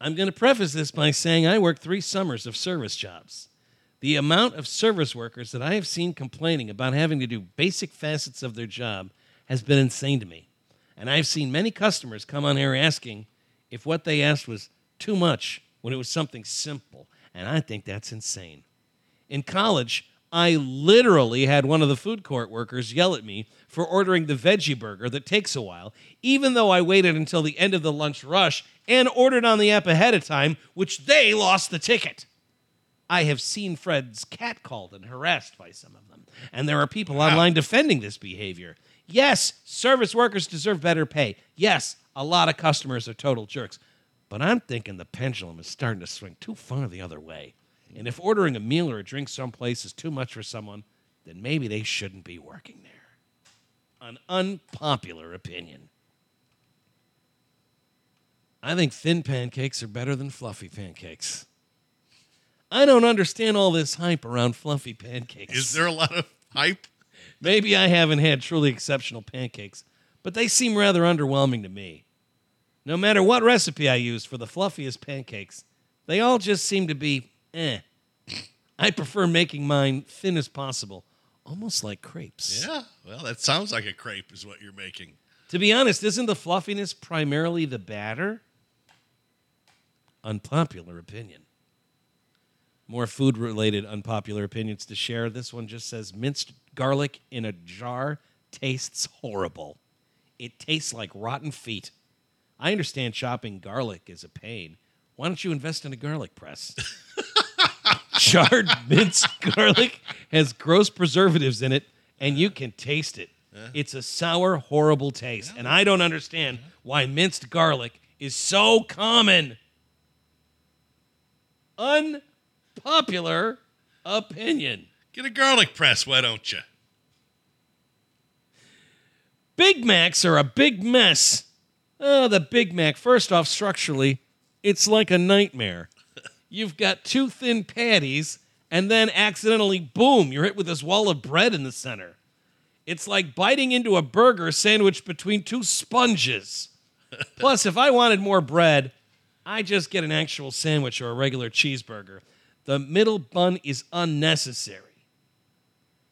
B: I'm going to preface this by saying I worked three summers of service jobs. The amount of service workers that I have seen complaining about having to do basic facets of their job has been insane to me. And I've seen many customers come on here asking if what they asked was too much when it was something simple. And I think that's insane. In college, I literally had one of the food court workers yell at me for ordering the veggie burger that takes a while, even though I waited until the end of the lunch rush and ordered on the app ahead of time, which they lost the ticket. I have seen friends catcalled and harassed by some of them, and there are people online defending this behavior. Yes, service workers deserve better pay. Yes, a lot of customers are total jerks. But I'm thinking the pendulum is starting to swing too far the other way. And if ordering a meal or a drink someplace is too much for someone, then maybe they shouldn't be working there. An unpopular opinion. I think thin pancakes are better than fluffy pancakes. I don't understand all this hype around fluffy pancakes.
A: Is there a lot of hype?
B: Maybe I haven't had truly exceptional pancakes, but they seem rather underwhelming to me. No matter what recipe I use for the fluffiest pancakes, they all just seem to be eh. I prefer making mine thin as possible, almost like crepes.
A: Yeah. Well, that sounds like a crepe is what you're making.
B: To be honest, isn't the fluffiness primarily the batter? Unpopular opinion. More food related unpopular opinions to share. This one just says minced garlic in a jar tastes horrible. It tastes like rotten feet. I understand chopping garlic is a pain. Why don't you invest in a garlic press? Charred minced garlic has gross preservatives in it, and you can taste it. It's a sour, horrible taste, and I don't understand why minced garlic is so common. Unpopular opinion.
A: Get a garlic press, why don't you?
B: Big Macs are a big mess. Oh, the Big Mac. First off, structurally, it's like a nightmare. You've got two thin patties, and then accidentally, boom, you're hit with this wall of bread in the center. It's like biting into a burger sandwiched between
A: [laughs]
B: two sponges. Plus, if I wanted more bread, I just get an actual sandwich or a regular cheeseburger. The middle bun is unnecessary.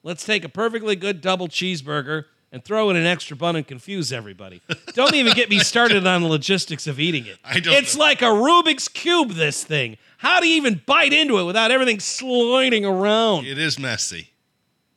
B: Let's take a perfectly good double cheeseburger and throw in an extra bun and confuse everybody. Don't even
A: [laughs]
B: get me started on the logistics of eating it.
A: I don't
B: it's like a Rubik's Cube, this thing. How do you even bite into it without everything sliding around?
A: It is messy.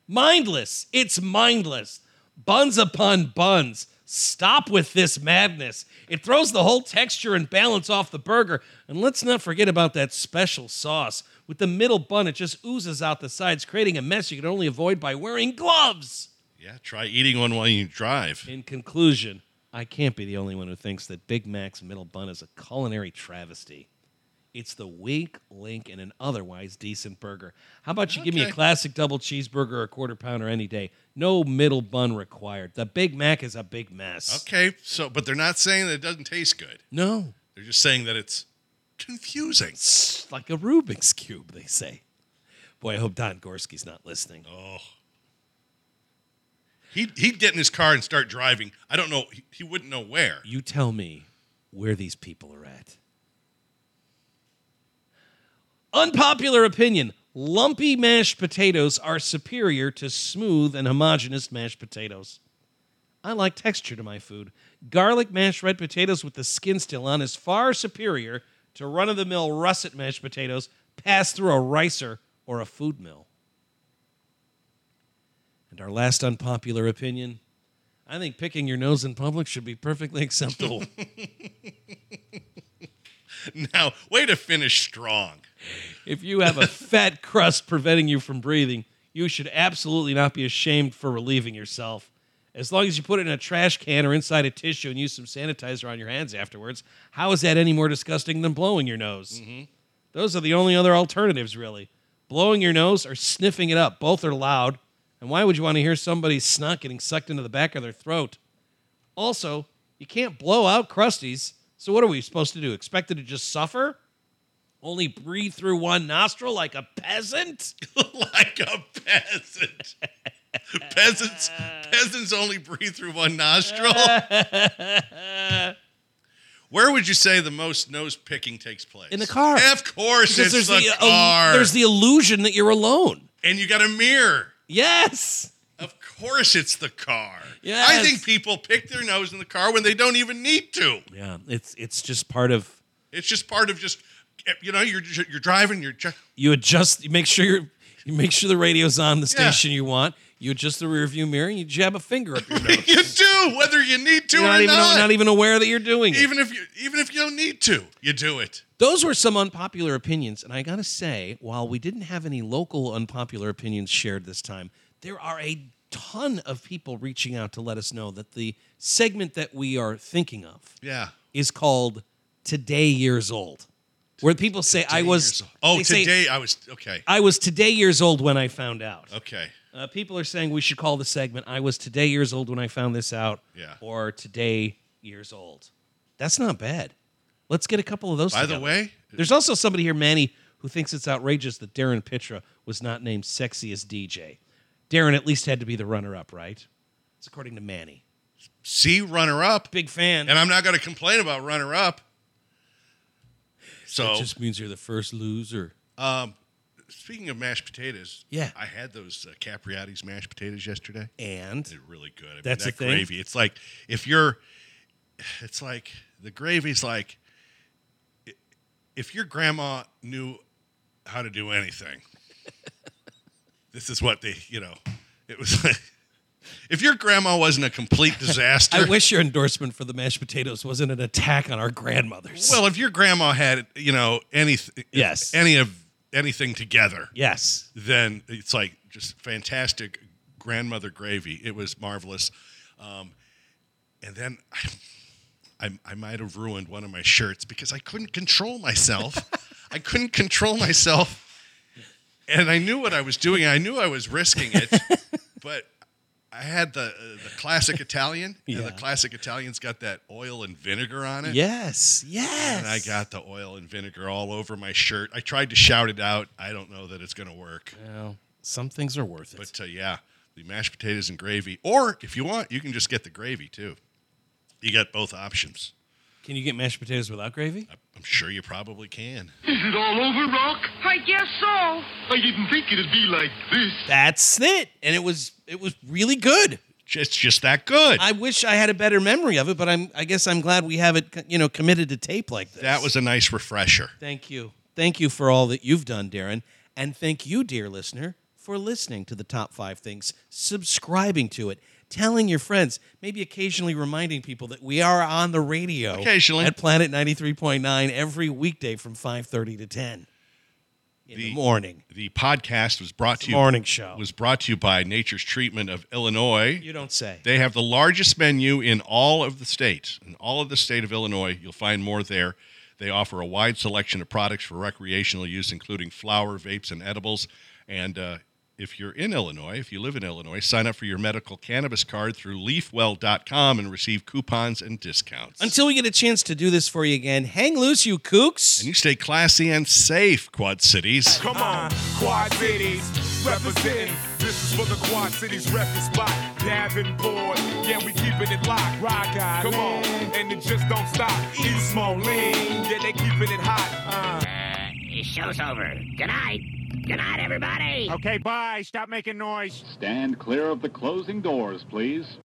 B: Mindless. It's mindless. Buns upon buns. Stop with this madness. It throws the whole texture and balance off the burger. And let's not forget about that special sauce. With the middle bun, it just oozes out the sides, creating a mess you can only avoid by wearing gloves.
A: Yeah, try eating one while you drive.
B: In conclusion, I can't be the only one who thinks that Big Mac's middle bun is a culinary travesty. It's the weak link in an otherwise decent burger. How about you give me a
A: Okay.
B: classic double cheeseburger or a quarter pounder any day? No middle bun required. The Big Mac is a big mess.
A: Okay, so but they're not saying that it doesn't taste good.
B: No.
A: They're just saying that it's confusing.
B: It's like a Rubik's Cube, they say. Boy, I hope Don Gorski's not listening.
A: Oh. He'd, he'd get in his car and start driving. I don't know. He, he wouldn't know where.
B: You tell me where these people are at. Unpopular opinion lumpy mashed potatoes are superior to smooth and homogeneous mashed potatoes. I like texture to my food. Garlic mashed red potatoes with the skin still on is far superior to run of the mill russet mashed potatoes passed through a ricer or a food mill. And our last unpopular opinion I think picking your nose in public should be perfectly acceptable.
A: Now, way to finish strong. [laughs]
B: if you have a fat crust preventing you from breathing, you should absolutely not be ashamed for relieving yourself. As long as you put it in a trash can or inside a tissue and use some sanitizer on your hands afterwards, how is that any more disgusting than blowing your nose? Those are the only other alternatives, really. Blowing your nose or sniffing it up. Both are loud. And why would you want to hear somebody's snot getting sucked into the back of their throat? Also, you can't blow out crusties. So what are we supposed to do? Expected to just suffer? Only breathe through one nostril like a peasant?
A: like a peasant. peasants peasants only breathe through one
B: [laughs]
A: nostril. Where would you say the most nose picking takes place?
B: In the car.
A: Of course,
B: Because
A: it's
B: there's
A: the,
B: the, uh,
A: car.
B: there's the illusion that you're alone.
A: and you got a mirror.
B: Yes.
A: Of course, it's the car. I
B: Yes.
A: think people pick their nose in the car when they don't even need to.
B: Yeah, it's it's just part of
A: It's just part of just you know you're you're driving you're ju- [laughs]
B: you adjust you make sure you're, you make sure the radio's on the station you want. You adjust the rearview mirror and you jab a
A: [laughs]
B: finger up your nose.
A: you do whether you need to
B: You're
A: or
B: not even
A: not.
B: not even aware that you're doing it.
A: even if you even if you don't need to, you do it.
B: Those were some unpopular opinions, and I gotta say, while we didn't have any local unpopular opinions shared this time, there are a ton of people reaching out to let us know that the segment that we are thinking of
A: Yeah.
B: is called "Today Years Old," where people say, "I was
A: Oh,
B: they say,
A: today I was okay.
B: I was today years old when I found out."
A: Okay.
B: Uh, people are saying we should call the segment "I was today years old when I found this out,"
A: Yeah.
B: or "Today years old." That's not bad. Let's get a couple of those.
A: By the
B: together.
A: way,
B: There's also somebody here, Manny, who thinks it's outrageous that Darren Pitra was not named sexiest DJ. Darren at least had to be the runner up, right? It's according to Manny.
A: see runner up,
B: Big fan.
A: and I'm not going to complain about runner up. So,
B: It just means you're the first loser.
A: um, speaking of mashed potatoes,
B: Yeah.
A: I had those uh, Capriati's mashed potatoes yesterday.
B: And
A: They're really good. I mean,
B: That's
A: that
B: the thing?
A: gravy. It's like if you're, it's like the gravy's like, i- if your grandma knew how to do anything, [laughs] this is what they, you know, it was like, if your grandma wasn't a complete disaster.
B: [laughs] I wish your endorsement for the mashed potatoes wasn't an attack on our grandmothers.
A: Well, if your grandma had, you know, anything,
B: Yes.
A: any of anything together,
B: yes.
A: then it's like just fantastic grandmother gravy. It was marvelous. Um, and then I, I, I might have ruined one of my shirts because I couldn't control myself. I couldn't control myself. And I knew what I was doing. I knew I was risking it, but I, I had the uh, the classic Italian. yeah. the classic Italian's got that oil and vinegar on it.
B: Yes, yes.
A: And I got the oil and vinegar all over my shirt. I tried to shout it out. I don't know that it's going to work.
B: Well, some things are worth it.
A: But uh, yeah, the mashed potatoes and gravy, or if you want, you can just get the gravy too. You got both options.
B: Can you get mashed potatoes without gravy?
A: I'm sure you probably can.
P: Is it all over, Rock?
Q: I guess so.
P: I didn't think it'd be like this.
B: That's it. And it was it was really good.
A: It's just that good.
B: I wish I had a better memory of it, but I'm I guess I'm glad we have it you know committed to tape like this.
A: That was a nice refresher.
B: Thank you. Thank you for all that you've done, Darren, and thank you, dear listener, for listening to the top 5 things, subscribing to it telling your friends, maybe occasionally reminding people that we are on the radio
A: occasionally
B: at Planet 93.9 every weekday from 5:30 to 10 in the, the morning.
A: The podcast was brought
B: it's
A: to you
B: morning show.
A: was brought to you by Nature's Treatment of Illinois.
B: You don't say.
A: They have the largest menu in all of the state. In all of the state of Illinois, you'll find more there. They offer a wide selection of products for recreational use, including flour, vapes, and edibles. And uh, if you're in Illinois, if you live in Illinois, sign up for your medical cannabis card through leafwell.com and receive coupons and discounts.
B: Until we get a chance to do this for you again, hang loose, you kooks.
A: And you stay classy and safe, Quad Cities.
R: Come on, Quad Cities, representing. This is for the Quad Cities record spot. Davenport, yeah, we keeping it locked. Rock out, come on, and it just don't stop. East Moline, yeah, they keeping it hot.
S: Uh. Uh, show's over. Good night. Good night, everybody.
R: Okay, bye. Stop making noise.
T: Stand clear of the closing doors, please.